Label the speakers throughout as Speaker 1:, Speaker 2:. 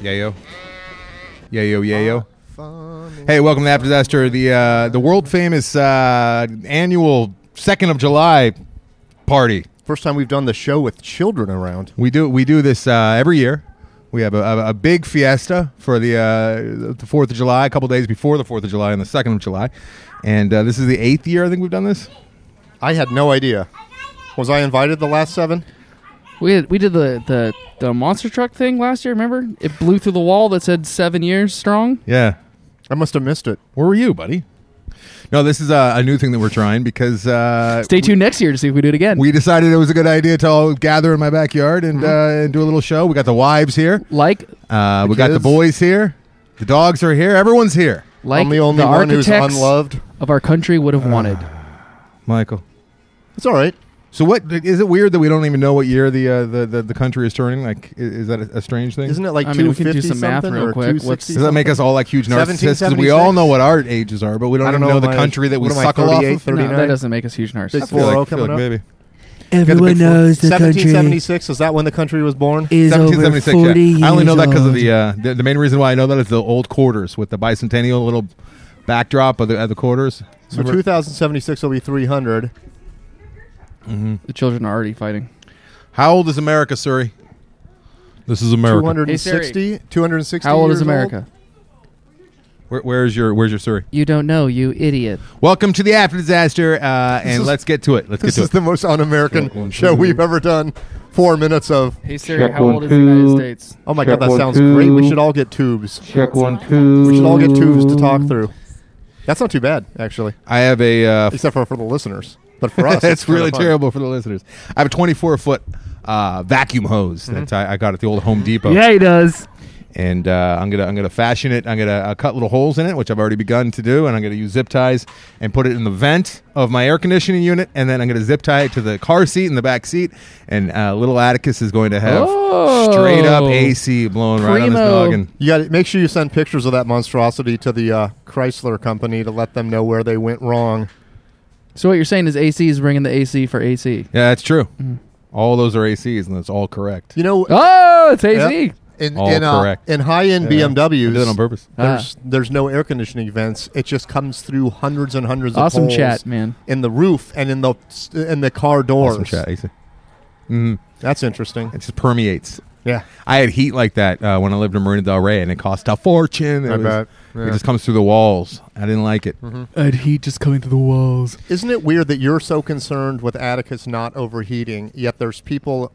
Speaker 1: Yayo. Yayo, yayo. Hey, welcome to After Disaster, the uh, the world famous uh, annual Second of July party.
Speaker 2: First time we've done the show with children around.
Speaker 1: We do we do this uh, every year. We have a, a, a big fiesta for the uh, the Fourth of July, a couple days before the Fourth of July and the Second of July, and uh, this is the eighth year I think we've done this.
Speaker 2: I had no idea. Was I invited the last seven?
Speaker 3: We had, we did the, the the monster truck thing last year. Remember? It blew through the wall that said seven years strong.
Speaker 1: Yeah,
Speaker 2: I must have missed it.
Speaker 1: where were you, buddy? No, this is uh, a, a new thing that we're trying because uh,
Speaker 3: Stay tuned next year to see if we do it again.
Speaker 1: we decided it was a good idea to all gather in my backyard and,
Speaker 2: Mm-hmm.
Speaker 1: uh, and do a little show. We got the wives here.
Speaker 3: like
Speaker 1: Uh, we got the
Speaker 2: kids.
Speaker 1: boys here. The dogs are here. Everyone's here.
Speaker 3: like
Speaker 2: I'm the only one who's
Speaker 3: architects
Speaker 2: unloved. Uh,
Speaker 3: of our country would have wanted.
Speaker 1: Michael.
Speaker 2: It's all right.
Speaker 1: So what is it weird that we don't even know what year the uh, the, the the country is turning? Like, i- is that a, a strange thing?
Speaker 2: Isn't it like
Speaker 3: I mean, we can do
Speaker 2: 250
Speaker 3: some math
Speaker 2: something
Speaker 3: real
Speaker 2: or
Speaker 3: quick.
Speaker 2: 260
Speaker 3: What's-
Speaker 1: Does that make us all like huge narcissists? Because we
Speaker 2: 1776?
Speaker 1: all know what our ages are, but we don't,
Speaker 2: I don't
Speaker 1: even know,
Speaker 2: know
Speaker 1: the
Speaker 2: my-
Speaker 1: country that we
Speaker 2: what am I,
Speaker 1: suckle off of.
Speaker 2: 38?
Speaker 3: No,
Speaker 2: 39?
Speaker 3: that doesn't make us huge
Speaker 1: I
Speaker 3: narcissists.
Speaker 1: feel like,
Speaker 2: 4-0
Speaker 1: feel like
Speaker 2: coming up.
Speaker 1: maybe.
Speaker 4: Everyone knows the country
Speaker 2: 1776 is that when the country was born?
Speaker 4: is over
Speaker 1: 1776.
Speaker 4: 40
Speaker 1: yeah. I only
Speaker 4: years
Speaker 1: know that because of
Speaker 4: old.
Speaker 1: the, uh, the the main reason why I know that is the old quarters with the bicentennial little backdrop of the of the quarters.
Speaker 2: So
Speaker 1: Remember?
Speaker 2: 2076 will be 300.
Speaker 3: The children are already fighting.
Speaker 1: How old is America, Surrey? This is America.
Speaker 2: 260. 260.
Speaker 3: How old is
Speaker 2: years
Speaker 3: America?
Speaker 1: Where, where's your Where's your Surrey?
Speaker 3: You don't know, you idiot.
Speaker 1: Welcome to the after disaster, uh, and
Speaker 2: is-
Speaker 1: let's get to it. Let's get
Speaker 2: This
Speaker 1: to
Speaker 2: is
Speaker 1: it.
Speaker 2: the most
Speaker 1: Check one,
Speaker 2: un-American
Speaker 1: two,
Speaker 2: show we've
Speaker 1: three.
Speaker 2: ever done. Four minutes of.
Speaker 3: Hey Siri,
Speaker 5: Check
Speaker 3: how
Speaker 5: one,
Speaker 3: old is the United
Speaker 5: two.
Speaker 3: States?
Speaker 2: Oh my
Speaker 5: Check
Speaker 2: god, that
Speaker 5: one,
Speaker 2: sounds great. We
Speaker 5: two.
Speaker 2: should all get tubes.
Speaker 5: Check one, two.
Speaker 2: We should all get tubes to talk through. That's not too bad, actually,
Speaker 1: I have a. Uh,
Speaker 2: except for for the listeners. But for us,
Speaker 1: it's really
Speaker 2: kinda fun.
Speaker 1: terrible for the listeners. I have a 24 foot uh, vacuum hose
Speaker 2: Mm-hmm.
Speaker 1: that I, I got at the old Home
Speaker 2: Oh.
Speaker 1: Depot.
Speaker 3: he does.
Speaker 1: and uh, I'm gonna I'm gonna fashion it. I'm gonna uh, cut little holes in it, which I've already begun to do, and I'm gonna use zip ties and put it in the vent of my air conditioning unit, and then I'm gonna zip tie it to the car seat and the back seat. And uh, little Atticus is going to have
Speaker 3: Oh.
Speaker 1: straight up AC blowing right on his
Speaker 3: Primo.
Speaker 1: noggin.
Speaker 2: You got to make sure you send pictures of that monstrosity to the uh, Chrysler company to let them know where they went wrong.
Speaker 3: So what you're saying is AC is bringing the AC for AC.
Speaker 1: Yeah, that's true.
Speaker 3: Mm.
Speaker 1: All those are ACs, and that's all correct.
Speaker 2: You know,
Speaker 3: Oh, it's AC.
Speaker 2: Yep. in
Speaker 1: All
Speaker 2: in, uh,
Speaker 1: correct.
Speaker 2: in high-end
Speaker 1: Yeah. I
Speaker 2: BMWs,
Speaker 1: did it on purpose.
Speaker 2: There's there's no air conditioning vents. It just comes through hundreds and hundreds
Speaker 3: Awesome
Speaker 2: of holes
Speaker 3: chat, man.
Speaker 2: in the roof and in the in the car doors.
Speaker 1: Awesome chat, AC.
Speaker 2: That's interesting.
Speaker 1: It just permeates.
Speaker 2: Yeah.
Speaker 1: I had heat like that uh, when I lived in Marina Del Rey, and it cost a fortune. It
Speaker 2: I bet.
Speaker 1: It
Speaker 2: Yeah. Mm-hmm.
Speaker 1: just comes through the walls. I didn't like it.
Speaker 3: And heat just coming through the walls.
Speaker 2: Isn't it weird that you're so concerned with Atticus not overheating, yet there's people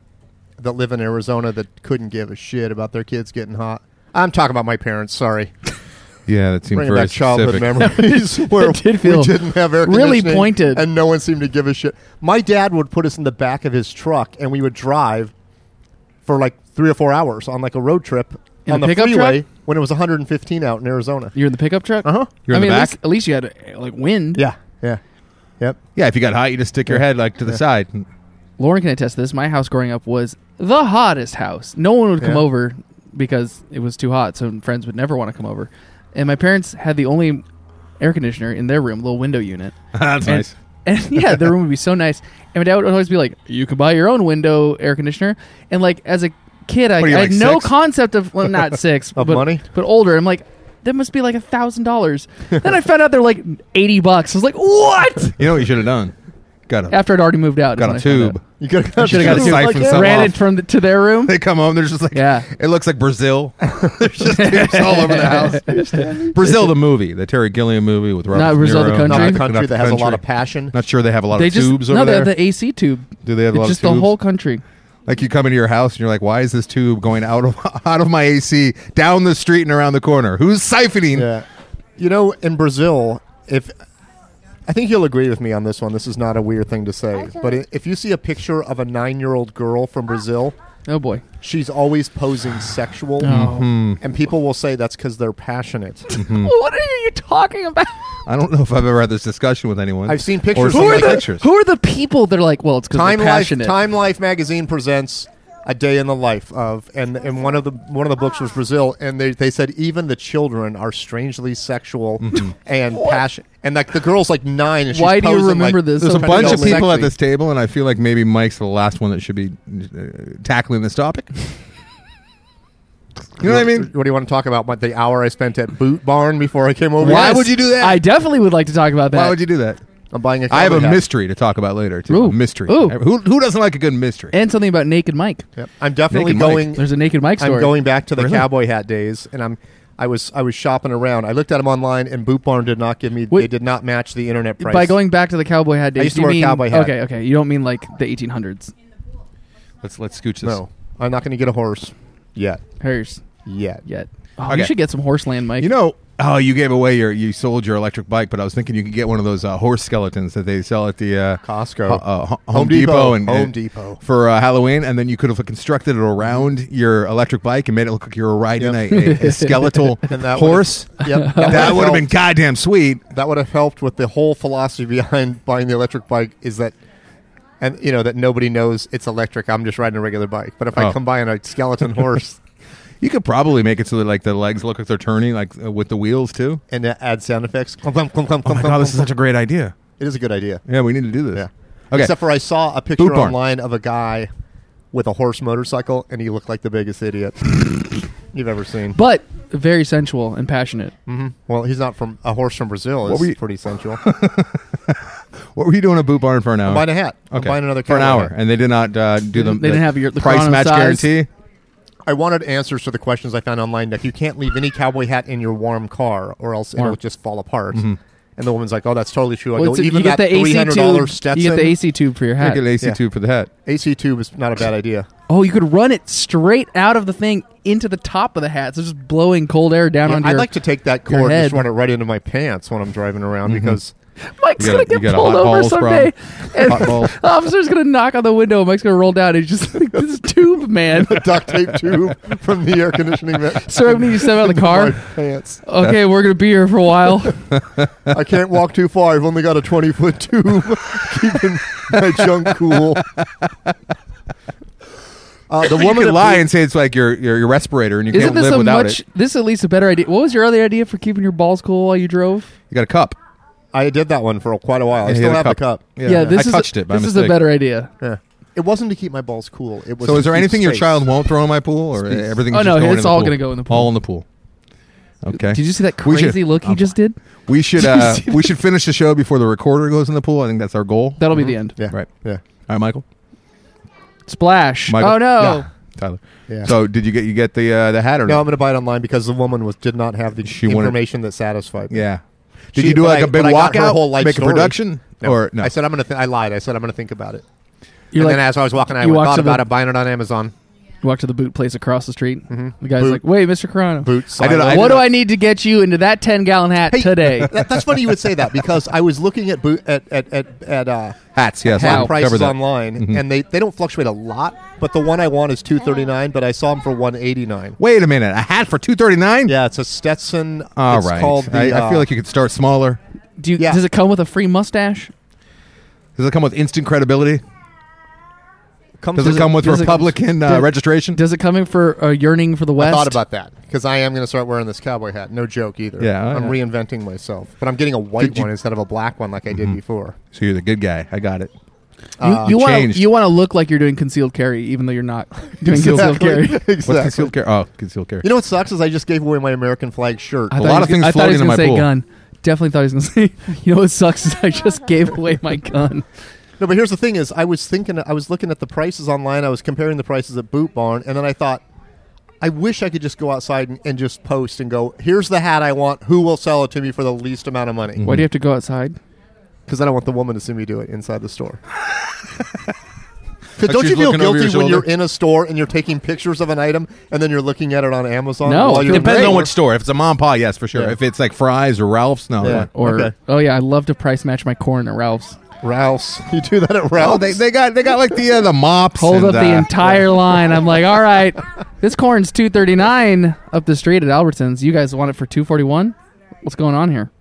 Speaker 2: that live in Arizona that couldn't give a shit about their kids getting hot? I'm talking about my parents. Sorry,
Speaker 1: Yeah, that seemed
Speaker 2: bringing
Speaker 1: very
Speaker 2: back childhood
Speaker 1: specific.
Speaker 2: memories where
Speaker 3: That did
Speaker 2: we
Speaker 3: feel
Speaker 2: didn't have air
Speaker 3: really
Speaker 2: conditioning
Speaker 3: pointed.
Speaker 2: and no one seemed to give a shit. My dad would put us in the back of his truck and we would drive for like three or four hours on like a road trip
Speaker 3: In
Speaker 2: on
Speaker 3: a
Speaker 2: the
Speaker 3: pickup
Speaker 2: freeway
Speaker 3: truck?
Speaker 2: when it was 115 out in Arizona.
Speaker 3: You're in the pickup truck.
Speaker 2: Uh huh.
Speaker 1: You're
Speaker 3: I
Speaker 1: in
Speaker 3: mean,
Speaker 1: the
Speaker 3: at
Speaker 1: back.
Speaker 3: least, at least you had uh, like wind.
Speaker 2: Yeah. Yeah. Yep.
Speaker 1: Yeah, if you got hot, you just stick your head like to the side.
Speaker 3: Lauren can attest to this. My house growing up was the hottest house. No one would come
Speaker 2: Yeah.
Speaker 3: over because it was too hot, so friends would never want to come over. And my parents had the only air conditioner in their room, little window unit.
Speaker 1: That's
Speaker 3: And-
Speaker 1: nice.
Speaker 3: And yeah, the room would be so nice. And my dad would always be like, "You can buy your own window air conditioner." And like as a kid, I,
Speaker 1: What are you,
Speaker 3: I
Speaker 1: like
Speaker 3: had no
Speaker 1: six?
Speaker 3: concept of well, not six
Speaker 2: Of
Speaker 3: but,
Speaker 2: money?
Speaker 3: but older. I'm like, that must be like a thousand dollars. Then I found out they're like eighty bucks. I was like, what?
Speaker 1: You know what you should have done? Got a
Speaker 3: After I'd already moved out, is
Speaker 1: got
Speaker 3: when
Speaker 1: a
Speaker 3: I found
Speaker 1: tube.
Speaker 3: out.
Speaker 2: You could have
Speaker 3: Should have got a
Speaker 1: Should've
Speaker 3: tube.
Speaker 1: siphoned some
Speaker 3: ran
Speaker 1: off.
Speaker 3: it from the, to their room.
Speaker 1: They come home. They're just like,
Speaker 3: Yeah.
Speaker 1: It looks like Brazil. There's just tubes all over the house. Brazil, the movie, the Terry Gilliam movie with Robert.
Speaker 3: Not
Speaker 1: De
Speaker 3: Brazil, the
Speaker 1: Niro.
Speaker 3: country?
Speaker 2: not a
Speaker 3: Not
Speaker 2: country
Speaker 1: the
Speaker 2: that has a lot
Speaker 1: country.
Speaker 2: of passion.
Speaker 1: Not sure they have a lot
Speaker 3: they
Speaker 1: of
Speaker 3: just
Speaker 1: tubes
Speaker 3: no,
Speaker 1: over
Speaker 3: they
Speaker 1: there.
Speaker 3: have the AC tube.
Speaker 1: Do they have a lot
Speaker 3: It's just
Speaker 1: of
Speaker 3: the
Speaker 1: tubes?
Speaker 3: whole country.
Speaker 1: like you come into your house and you're like, why is this tube going out of out of my AC down the street and around the corner? Who's siphoning?
Speaker 2: Yeah. You know, in Brazil, if I think you'll agree with me on this one, this is not a weird thing to say, but i- if you see a picture of a nine-year-old girl from Brazil,
Speaker 3: Oh boy.
Speaker 2: she's always posing sexual, and people will say that's because they're passionate.
Speaker 1: Hmm.
Speaker 3: What are you talking about?
Speaker 1: I don't know if I've ever had this discussion with anyone.
Speaker 2: I've seen
Speaker 1: Or
Speaker 2: pictures
Speaker 1: seen,
Speaker 2: of,
Speaker 3: Who are
Speaker 2: like,
Speaker 3: the
Speaker 1: pictures.
Speaker 3: Who are the people that are like? Well, it's because
Speaker 2: Time
Speaker 3: they're
Speaker 2: Life,
Speaker 3: passionate.
Speaker 2: Time Life magazine presents a day in the life of, and and one of the one of the books was Brazil, and they, they said even the children are strangely sexual and passionate, and like the girl's like nine, and she's
Speaker 3: Why do you
Speaker 2: posing, like,
Speaker 3: remember this?
Speaker 1: There's a
Speaker 3: so
Speaker 1: bunch of
Speaker 3: vividly?
Speaker 1: people at
Speaker 2: Sexy.
Speaker 1: this table, and I feel like maybe Mike's the last one that should be uh, tackling this topic. You know what I mean?
Speaker 2: What do you want to talk about? What the hour I spent at Boot Barn before I came over?
Speaker 1: Why
Speaker 2: Yes.
Speaker 1: would you do that?
Speaker 3: I definitely would like to talk about that.
Speaker 1: Why would you do that?
Speaker 2: I'm buying a.
Speaker 1: I have a
Speaker 2: cowboy hat.
Speaker 1: mystery to talk about later too.
Speaker 3: Ooh.
Speaker 1: Mystery.
Speaker 3: Ooh.
Speaker 1: Who, who doesn't like a good mystery?
Speaker 3: and something about Naked Mike.
Speaker 2: Yep. I'm definitely
Speaker 1: Naked Mike.
Speaker 2: going.
Speaker 3: There's a Naked Mike story.
Speaker 2: I'm going back to the
Speaker 1: Really?
Speaker 2: cowboy hat days, and I'm. I was I was shopping around. I looked at them online, and Boot Barn did not give me.
Speaker 3: Wait.
Speaker 2: They did not match the internet price.
Speaker 3: By going back to the cowboy hat days,
Speaker 2: used to
Speaker 3: you
Speaker 2: wear a
Speaker 3: mean,
Speaker 2: cowboy hat.
Speaker 3: Okay, okay. You don't mean like the 1800s.
Speaker 1: Let's let's scooch this.
Speaker 2: no, I'm not going to get a horse yet.
Speaker 3: Hers
Speaker 2: Yet,
Speaker 3: yet. Oh,
Speaker 1: Okay.
Speaker 3: You should get some horse land, Mike.
Speaker 1: You know, oh, you gave away your you sold your electric bike, but I was thinking you could get one of those uh, horse skeletons that they sell at the uh,
Speaker 2: Costco,
Speaker 1: Ho- uh, Ho- Home, Depot, and
Speaker 2: Home
Speaker 1: and-
Speaker 2: Depot.
Speaker 1: for uh, Halloween, and then you could have constructed it around your electric bike and made it look like you were riding
Speaker 2: Yep.
Speaker 1: a, a, a skeletal
Speaker 2: And that
Speaker 1: horse.
Speaker 2: Yep,
Speaker 1: That would have been
Speaker 2: helped.
Speaker 1: goddamn sweet.
Speaker 2: that would have helped with the whole philosophy behind buying the electric bike is that and you know that nobody knows it's electric i'm just riding a regular bike but if
Speaker 1: Oh.
Speaker 2: i come by on a skeleton horse
Speaker 1: You could probably make it so that like the legs look like they're turning, like uh, with the wheels too.
Speaker 2: and uh, add sound effects clump, clump, clump, clump,
Speaker 1: Oh my
Speaker 2: clump,
Speaker 1: god, this is
Speaker 2: clump,
Speaker 1: such a great idea.
Speaker 2: clump. it is a good idea
Speaker 1: Yeah, we need to do this.
Speaker 2: yeah
Speaker 1: Okay.
Speaker 2: except for i saw a picture
Speaker 1: Boot barn.
Speaker 2: online of a guy with a horse motorcycle and he looked like the biggest idiot you've ever seen
Speaker 3: but very sensual and passionate.
Speaker 1: Mm.
Speaker 2: hmm well he's not from a horse from brazil
Speaker 1: What were you-
Speaker 2: it's pretty sensual
Speaker 1: what were you doing at Boot Barn for an
Speaker 3: Uh,
Speaker 1: hour?
Speaker 2: i'm buying a hat i'm
Speaker 1: Okay.
Speaker 2: buying another
Speaker 1: for an
Speaker 2: cowboy
Speaker 1: hour,
Speaker 2: hat.
Speaker 1: and they did not uh, do the,
Speaker 3: didn't- they
Speaker 1: the
Speaker 3: didn't have your- the
Speaker 1: price
Speaker 3: chrono
Speaker 1: match
Speaker 3: size.
Speaker 1: guarantee.
Speaker 2: I wanted answers to the questions I found online. Like, you can't leave any cowboy hat in your warm car, or else
Speaker 3: Warm. Mm-hmm.
Speaker 2: it'll just fall apart. And the woman's like, "Oh, that's totally true." I
Speaker 3: Well,
Speaker 2: go,
Speaker 3: it's a-
Speaker 2: even
Speaker 3: you get
Speaker 2: that
Speaker 3: the
Speaker 2: three
Speaker 3: AC
Speaker 2: hundred dollar
Speaker 3: tube.
Speaker 2: Stetson
Speaker 3: You get the AC tube for your
Speaker 1: I
Speaker 3: hat.
Speaker 1: get an AC
Speaker 2: Yeah.
Speaker 1: tube for the hat.
Speaker 2: AC tube is not a bad idea.
Speaker 3: Oh, you could run it straight out of the thing into the top of the hat. So it's just blowing cold air down
Speaker 2: Yeah,
Speaker 3: onto
Speaker 2: I'd
Speaker 3: your.
Speaker 2: like to take that
Speaker 3: your
Speaker 2: cord and just
Speaker 3: head. Mm-hmm.
Speaker 2: run it right into my pants when I'm driving around because
Speaker 3: Mike's
Speaker 1: You got
Speaker 3: gonna
Speaker 1: a- you
Speaker 3: get
Speaker 1: got a
Speaker 3: pulled
Speaker 1: hot
Speaker 3: over
Speaker 1: balls
Speaker 3: someday, and
Speaker 1: Hot balls.
Speaker 3: the officer's gonna knock on the window. Mike's gonna roll down. And he's just like this tube man.
Speaker 2: the duct tape tube from the air conditioning vent.
Speaker 3: Sir, I'm gonna need you to step out of the
Speaker 2: My
Speaker 3: car.
Speaker 2: pants.
Speaker 3: Okay, we're gonna be here for a while.
Speaker 2: I can't walk too far. I've only got a twenty foot tube keeping my junk cool. Uh, the
Speaker 1: The woman
Speaker 2: woman
Speaker 1: could
Speaker 2: at
Speaker 1: lie
Speaker 2: Blue-
Speaker 1: and say it's like your your, your respirator, and you
Speaker 3: Isn't
Speaker 1: can't
Speaker 3: this
Speaker 1: live
Speaker 3: a
Speaker 1: without
Speaker 3: much?
Speaker 1: it.
Speaker 3: This is at least a better idea. What was your other idea for keeping your balls cool while you drove?
Speaker 1: You got a cup.
Speaker 2: I did that one for quite a while. I
Speaker 1: Yeah, he
Speaker 2: still
Speaker 1: had a
Speaker 2: have the cup.
Speaker 1: Yeah,
Speaker 3: this
Speaker 1: I
Speaker 3: is
Speaker 1: touched
Speaker 3: a,
Speaker 1: it by
Speaker 3: this
Speaker 1: mistake.
Speaker 3: is a better idea.
Speaker 2: Yeah. It wasn't to keep my balls cool. It was.
Speaker 1: So,
Speaker 2: to
Speaker 1: is there
Speaker 2: keep
Speaker 1: anything your
Speaker 2: space.
Speaker 1: child won't throw in my pool, or
Speaker 2: Space.
Speaker 1: everything's
Speaker 3: Oh,
Speaker 1: just
Speaker 3: no,
Speaker 1: going in
Speaker 3: it's
Speaker 1: the
Speaker 3: all
Speaker 1: pool?
Speaker 3: gonna go in the pool.
Speaker 1: All in the pool. Okay.
Speaker 3: Did you see that
Speaker 1: We should-
Speaker 3: crazy look he
Speaker 1: I'm
Speaker 3: just did?
Speaker 1: We should
Speaker 3: Did you
Speaker 1: uh,
Speaker 3: see
Speaker 1: we should finish the show before the recorder goes in the pool. I think that's our goal.
Speaker 3: That'll be the end.
Speaker 2: Yeah.
Speaker 1: Right.
Speaker 2: Yeah.
Speaker 1: All right, Michael,
Speaker 3: Splash.
Speaker 1: Michael.
Speaker 3: Oh no.
Speaker 2: Yeah.
Speaker 1: Tyler.
Speaker 2: Yeah.
Speaker 1: So did you get you get the uh, the hat or
Speaker 2: no, I'm going to buy it online because the woman was did not have the
Speaker 1: She wanted-
Speaker 2: information that satisfied me.
Speaker 1: Yeah. Did
Speaker 2: She-
Speaker 1: you do
Speaker 2: but
Speaker 1: like
Speaker 2: I-
Speaker 1: a big
Speaker 2: but I got her
Speaker 1: walkout?
Speaker 2: whole life
Speaker 1: make
Speaker 2: story.
Speaker 1: a production
Speaker 2: No.
Speaker 1: or no?
Speaker 2: I said I'm going to. Th- I lied. I said I'm going to think about it.
Speaker 3: You're
Speaker 2: and
Speaker 3: like,
Speaker 2: then as I was walking, I
Speaker 3: you
Speaker 2: went,
Speaker 3: walked
Speaker 2: thought
Speaker 3: to the-
Speaker 2: about it, buying it on Amazon.
Speaker 3: you walk to the boot place across the street. The guy's
Speaker 2: Boot.
Speaker 3: like, "Wait, Mr. Carano,
Speaker 2: Boots.
Speaker 1: I did-
Speaker 2: silo.
Speaker 1: Mm-hmm. I did-
Speaker 3: what do I need to get you into that ten gallon hat
Speaker 2: Hey.
Speaker 3: today?"
Speaker 2: That- that's funny you would say that because I was looking at boot at at at, at uh,
Speaker 1: Hats. Yes.
Speaker 2: hat
Speaker 1: I'll cover
Speaker 2: prices
Speaker 1: that.
Speaker 2: online, and they they don't fluctuate a lot. But the one I want is two thirty nine, but I saw them for one eighty nine.
Speaker 1: Wait a minute. A hat for two thirty nine.
Speaker 2: Yeah, it's a Stetson.
Speaker 1: All
Speaker 2: it's
Speaker 1: right.
Speaker 2: called the,
Speaker 1: I, I
Speaker 2: uh,
Speaker 1: feel like you could start smaller.
Speaker 3: Do you,
Speaker 2: Yeah.
Speaker 3: does it come with a free mustache?
Speaker 1: Does it come with instant credibility?
Speaker 2: comes
Speaker 1: Does
Speaker 2: with
Speaker 1: it come with
Speaker 3: does it come-
Speaker 1: Republican uh,
Speaker 3: does-
Speaker 1: registration?
Speaker 3: Does it come in for a yearning for the
Speaker 2: I
Speaker 3: West?
Speaker 2: thought about that because I am going to start wearing this cowboy hat. No joke either.
Speaker 1: Yeah,
Speaker 2: I'm
Speaker 1: yeah.
Speaker 2: reinventing myself, but I'm getting a white
Speaker 1: Did you-
Speaker 2: one instead of a black one like I did before.
Speaker 1: so you're the good guy. I got it.
Speaker 3: you. you want
Speaker 1: uh, changed.
Speaker 3: to you want to look like you're doing concealed carry, even though you're not doing concealed carry.
Speaker 1: What's
Speaker 2: exactly.
Speaker 1: concealed carry? Oh, concealed carry.
Speaker 2: You know what sucks is I just gave away my American flag shirt.
Speaker 1: A
Speaker 3: I thought
Speaker 1: lot
Speaker 3: he
Speaker 1: of things
Speaker 3: was, gonna- I thought he
Speaker 1: floating
Speaker 3: was
Speaker 1: in my
Speaker 3: gonna say
Speaker 1: pool.
Speaker 3: gun. Definitely thought he was going to say, you know what sucks is I just gave away my gun.
Speaker 2: No, but here's the thing: is I was thinking, I was looking at the prices online. I was comparing the prices at Boot Barn, and then I thought, I wish I could just go outside and, and just post and go, "Here's the hat I want. Who will sell it to me for the least amount of
Speaker 1: Mm-hmm.
Speaker 2: money?"
Speaker 3: Why do you have to go outside?
Speaker 2: because I don't want the woman to see me do it inside the store. 'Cause don't
Speaker 1: she's
Speaker 2: you feel
Speaker 1: looking over
Speaker 2: guilty
Speaker 1: your
Speaker 2: when you're
Speaker 1: shoulder?
Speaker 2: in a store and you're taking pictures of an item and then you're looking at it on Amazon?
Speaker 3: No,
Speaker 2: while you're
Speaker 3: it You're
Speaker 1: Depends
Speaker 3: right.
Speaker 1: on which store. If it's a mom and pop, yes, for sure.
Speaker 2: Yeah.
Speaker 1: If it's like Fry's or Ralph's, no.
Speaker 2: Yeah.
Speaker 3: Or
Speaker 2: Okay.
Speaker 3: oh yeah, I love to price match my corn at Ralph's.
Speaker 2: Ralph's. You do that at Ralph's.
Speaker 1: Oh, they, they got they got like the uh, the mops.
Speaker 3: Hold
Speaker 1: and,
Speaker 3: up the
Speaker 1: uh,
Speaker 3: entire line. I'm like, all right, this corn's two thirty nine up the street at Albertsons. You guys want it for two forty one? What's going on here?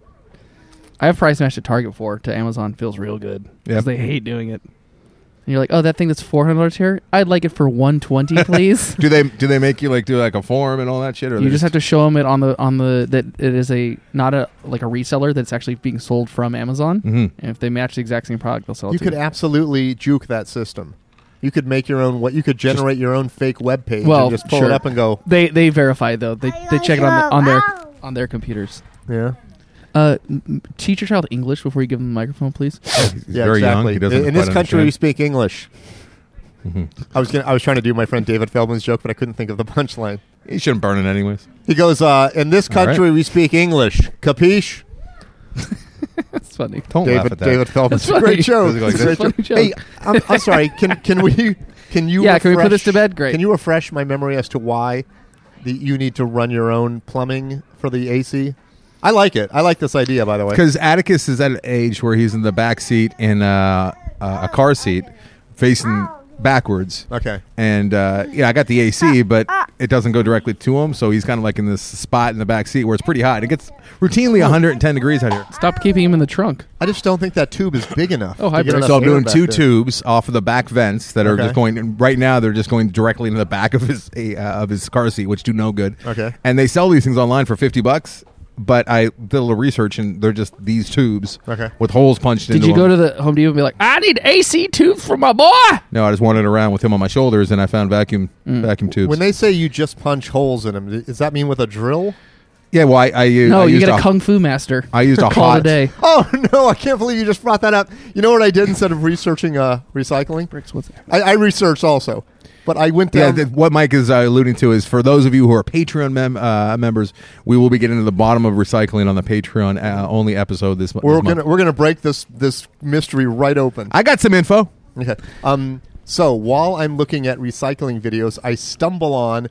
Speaker 3: I have price matched at Target for to Amazon. Feels real good because
Speaker 1: Yep.
Speaker 3: they hate doing it. And you're like, oh, that thing that's four hundred dollars here. I'd like it for one twenty, please.
Speaker 1: Do they do they make you like do like a form and all that shit? Or
Speaker 3: you just have to show them it on the on the that it is a not a like a reseller that's actually being sold from Amazon.
Speaker 1: Mhm.
Speaker 3: And if they match the exact same product, they'll sell it
Speaker 2: you
Speaker 3: to
Speaker 2: could
Speaker 3: you.
Speaker 2: absolutely juke that system. You could make your own. What you could generate your own fake web page
Speaker 3: Well,
Speaker 2: and just pull
Speaker 3: sure.
Speaker 2: it up and go.
Speaker 3: They they verify though. They they check it on the, on their on their computers.
Speaker 2: Yeah,
Speaker 3: Uh, m- m- teach your child English before you give them the microphone, please.
Speaker 1: He's
Speaker 2: yeah,
Speaker 1: very
Speaker 2: exactly.
Speaker 1: young. He doesn't
Speaker 2: in in
Speaker 1: quite
Speaker 2: this country, we
Speaker 1: understand. Mm-hmm.
Speaker 2: speak English. I was gonna, I was trying to do my friend David Feldman's joke, but I couldn't think of the punchline.
Speaker 1: he shouldn't burn it anyways.
Speaker 2: He goes, uh, "In this
Speaker 1: All right.
Speaker 2: country, we speak English. Capiche?"
Speaker 3: That's funny.
Speaker 1: Don't laugh
Speaker 2: David
Speaker 1: at that.
Speaker 2: David Feldman's
Speaker 3: That's
Speaker 2: a great
Speaker 3: funny.
Speaker 2: joke.
Speaker 1: Doesn't go like
Speaker 2: It's a
Speaker 1: this.
Speaker 2: great
Speaker 3: Funny
Speaker 2: Hey,
Speaker 3: joke.
Speaker 2: I'm, I'm sorry. Can can we can you
Speaker 3: Yeah, can we put
Speaker 2: refresh-
Speaker 3: this to bed? Great.
Speaker 2: Can you refresh my memory as to why the, you need to run your own plumbing for the AC? I like it. I like this idea. By the way,
Speaker 1: Because Atticus is at an age where he's in the back seat in uh, a a car seat, facing backwards.
Speaker 2: okay,
Speaker 1: And uh, yeah, I got the AC, but it doesn't go directly to him, so he's kind of like in this spot in the back seat where it's pretty hot. It gets routinely 110 degrees out here.
Speaker 3: Stop keeping him in the trunk.
Speaker 2: I just don't think that tube is big enough.
Speaker 3: Oh,
Speaker 2: to
Speaker 3: hi,
Speaker 2: get
Speaker 3: Barry.
Speaker 2: enough
Speaker 1: So I'm
Speaker 2: air
Speaker 1: doing
Speaker 2: back
Speaker 1: two
Speaker 2: there.
Speaker 1: tubes off of the back vents that are
Speaker 2: Okay.
Speaker 1: just going. Right now, they're just going directly into the back of his uh, of his car seat, which do no good.
Speaker 2: Okay.
Speaker 1: And they sell these things online for fifty bucks, but I did a little research and they're just these tubes.
Speaker 2: Okay.
Speaker 1: With holes punched
Speaker 3: Did
Speaker 1: into
Speaker 3: you
Speaker 1: them.
Speaker 3: go to the Home Depot and be like, I need AC tubes for my boy?
Speaker 1: no, I just wandered around with him on my shoulders and I found vacuum
Speaker 3: Mm.
Speaker 1: vacuum tubes.
Speaker 2: When they say you just punch holes in them, does that mean with a drill?
Speaker 1: yeah, well, I, I u-
Speaker 3: No,
Speaker 1: I
Speaker 3: you
Speaker 1: used
Speaker 3: get a
Speaker 1: a-
Speaker 3: kung fu master.
Speaker 1: I used
Speaker 3: for
Speaker 1: a
Speaker 3: call
Speaker 1: hot-
Speaker 3: today.
Speaker 2: Oh no! I can't believe you just brought that up. You know what I did instead of researching uh, recycling?
Speaker 3: Bricks, what's that?
Speaker 2: I, I researched also, but I went
Speaker 1: Yeah,
Speaker 2: down.
Speaker 1: th- what Mike is uh, alluding to is for those of you who are Patreon mem- uh, members, we will be getting to the bottom of recycling on the Patreon uh, only episode this, mo- this
Speaker 2: we're
Speaker 1: month.
Speaker 2: gonna we're gonna break this this mystery right open.
Speaker 1: I got some info.
Speaker 2: Okay. Um. So while I'm looking at recycling videos, I stumble on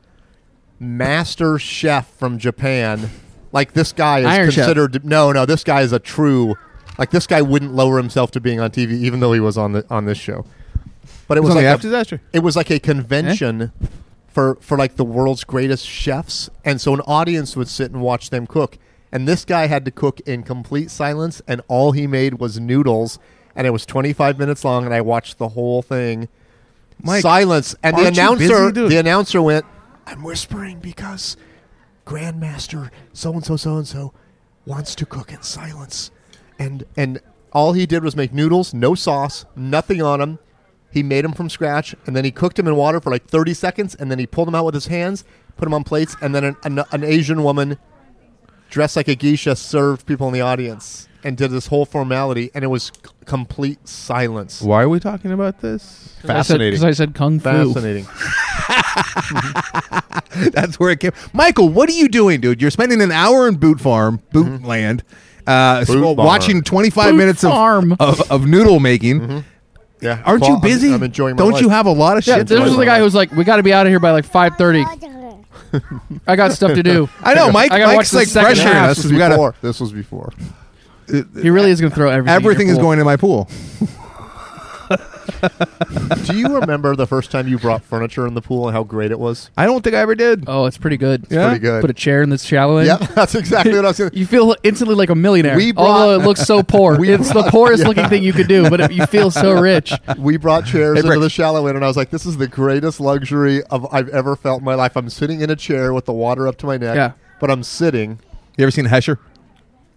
Speaker 2: Master Chef from Japan. Like this guy is
Speaker 3: Iron Chef.
Speaker 2: considered. No, no, this guy is a true. Like this guy wouldn't lower himself to being on TV, even though he was on the on this show. But it
Speaker 1: It was
Speaker 2: was,
Speaker 1: on
Speaker 2: like
Speaker 1: the
Speaker 2: a-
Speaker 1: after disaster.
Speaker 2: it was like a convention for for like the world's greatest chefs and so an audience would sit and watch them cook and this guy had to cook in complete silence and all he made was noodles and it was 25 minutes long and i watched the whole thing
Speaker 1: Mike,
Speaker 2: silence and the
Speaker 1: aren't you busy,
Speaker 2: announcer
Speaker 1: dude?
Speaker 2: the announcer went i'm whispering because grandmaster so and so so and so wants to cook in silence and and all he did was make noodles no sauce nothing on them he made them from scratch and then he cooked them in water for like 30 seconds and then he pulled them out with his hands put them on plates and then an, an, an asian woman dressed like a geisha served people in the audience and did this whole formality and it was c- complete silence
Speaker 1: Why are we talking about this?
Speaker 3: Because I said kung fu.
Speaker 2: fascinating
Speaker 1: That's where it came. Michael, what are you doing, dude? You're spending an hour in Boot Farm, Boot Land, uh,
Speaker 2: Boot
Speaker 1: sp-
Speaker 2: Barn.
Speaker 1: watching 25
Speaker 3: Mm-hmm. Boot
Speaker 1: minutes of, Oh,
Speaker 3: Farm. Mm-hmm.
Speaker 1: of of noodle making.
Speaker 2: yeah
Speaker 1: Aren't
Speaker 2: Well,
Speaker 1: you busy?
Speaker 2: i'm, I'm enjoying my
Speaker 1: Don't you
Speaker 2: life.
Speaker 1: have a lot of
Speaker 3: Yeah,
Speaker 1: shit?
Speaker 3: this
Speaker 1: to
Speaker 3: was
Speaker 1: do?
Speaker 3: the guy who was like, "We got to be out of here by like 5.30.
Speaker 5: 30.
Speaker 3: I got stuff to do."
Speaker 1: I know, Mike.
Speaker 3: I gotta
Speaker 1: Mike's
Speaker 3: watch the
Speaker 1: like
Speaker 3: second
Speaker 1: pressuring
Speaker 3: half.
Speaker 1: us.
Speaker 2: this was
Speaker 1: 'cause We
Speaker 2: before
Speaker 1: got
Speaker 2: this was before
Speaker 3: He really is going to throw everything. in your
Speaker 1: everything is
Speaker 3: pool.
Speaker 1: going in my pool.
Speaker 2: do you remember the first time you brought furniture in the pool and how great it was
Speaker 1: I don't think I ever did.
Speaker 3: Oh, it's pretty good.
Speaker 1: Yeah?
Speaker 2: pretty good
Speaker 3: Put a chair in this shallow end.
Speaker 2: yeah that's exactly what i was gonna
Speaker 3: You feel instantly like a millionaire.
Speaker 2: We
Speaker 3: although
Speaker 2: brought-
Speaker 3: it looks so poor. it's the poorest looking thing you could do, but it, you feel so rich.
Speaker 2: we brought chairs
Speaker 1: Hey,
Speaker 2: into
Speaker 1: Brick.
Speaker 2: the shallow end, and I was like, "This is the greatest luxury of I've ever felt in my life." I'm sitting in a chair with the water up to my neck,
Speaker 3: Yeah.
Speaker 2: but I'm sitting.
Speaker 1: You ever seen Hesher?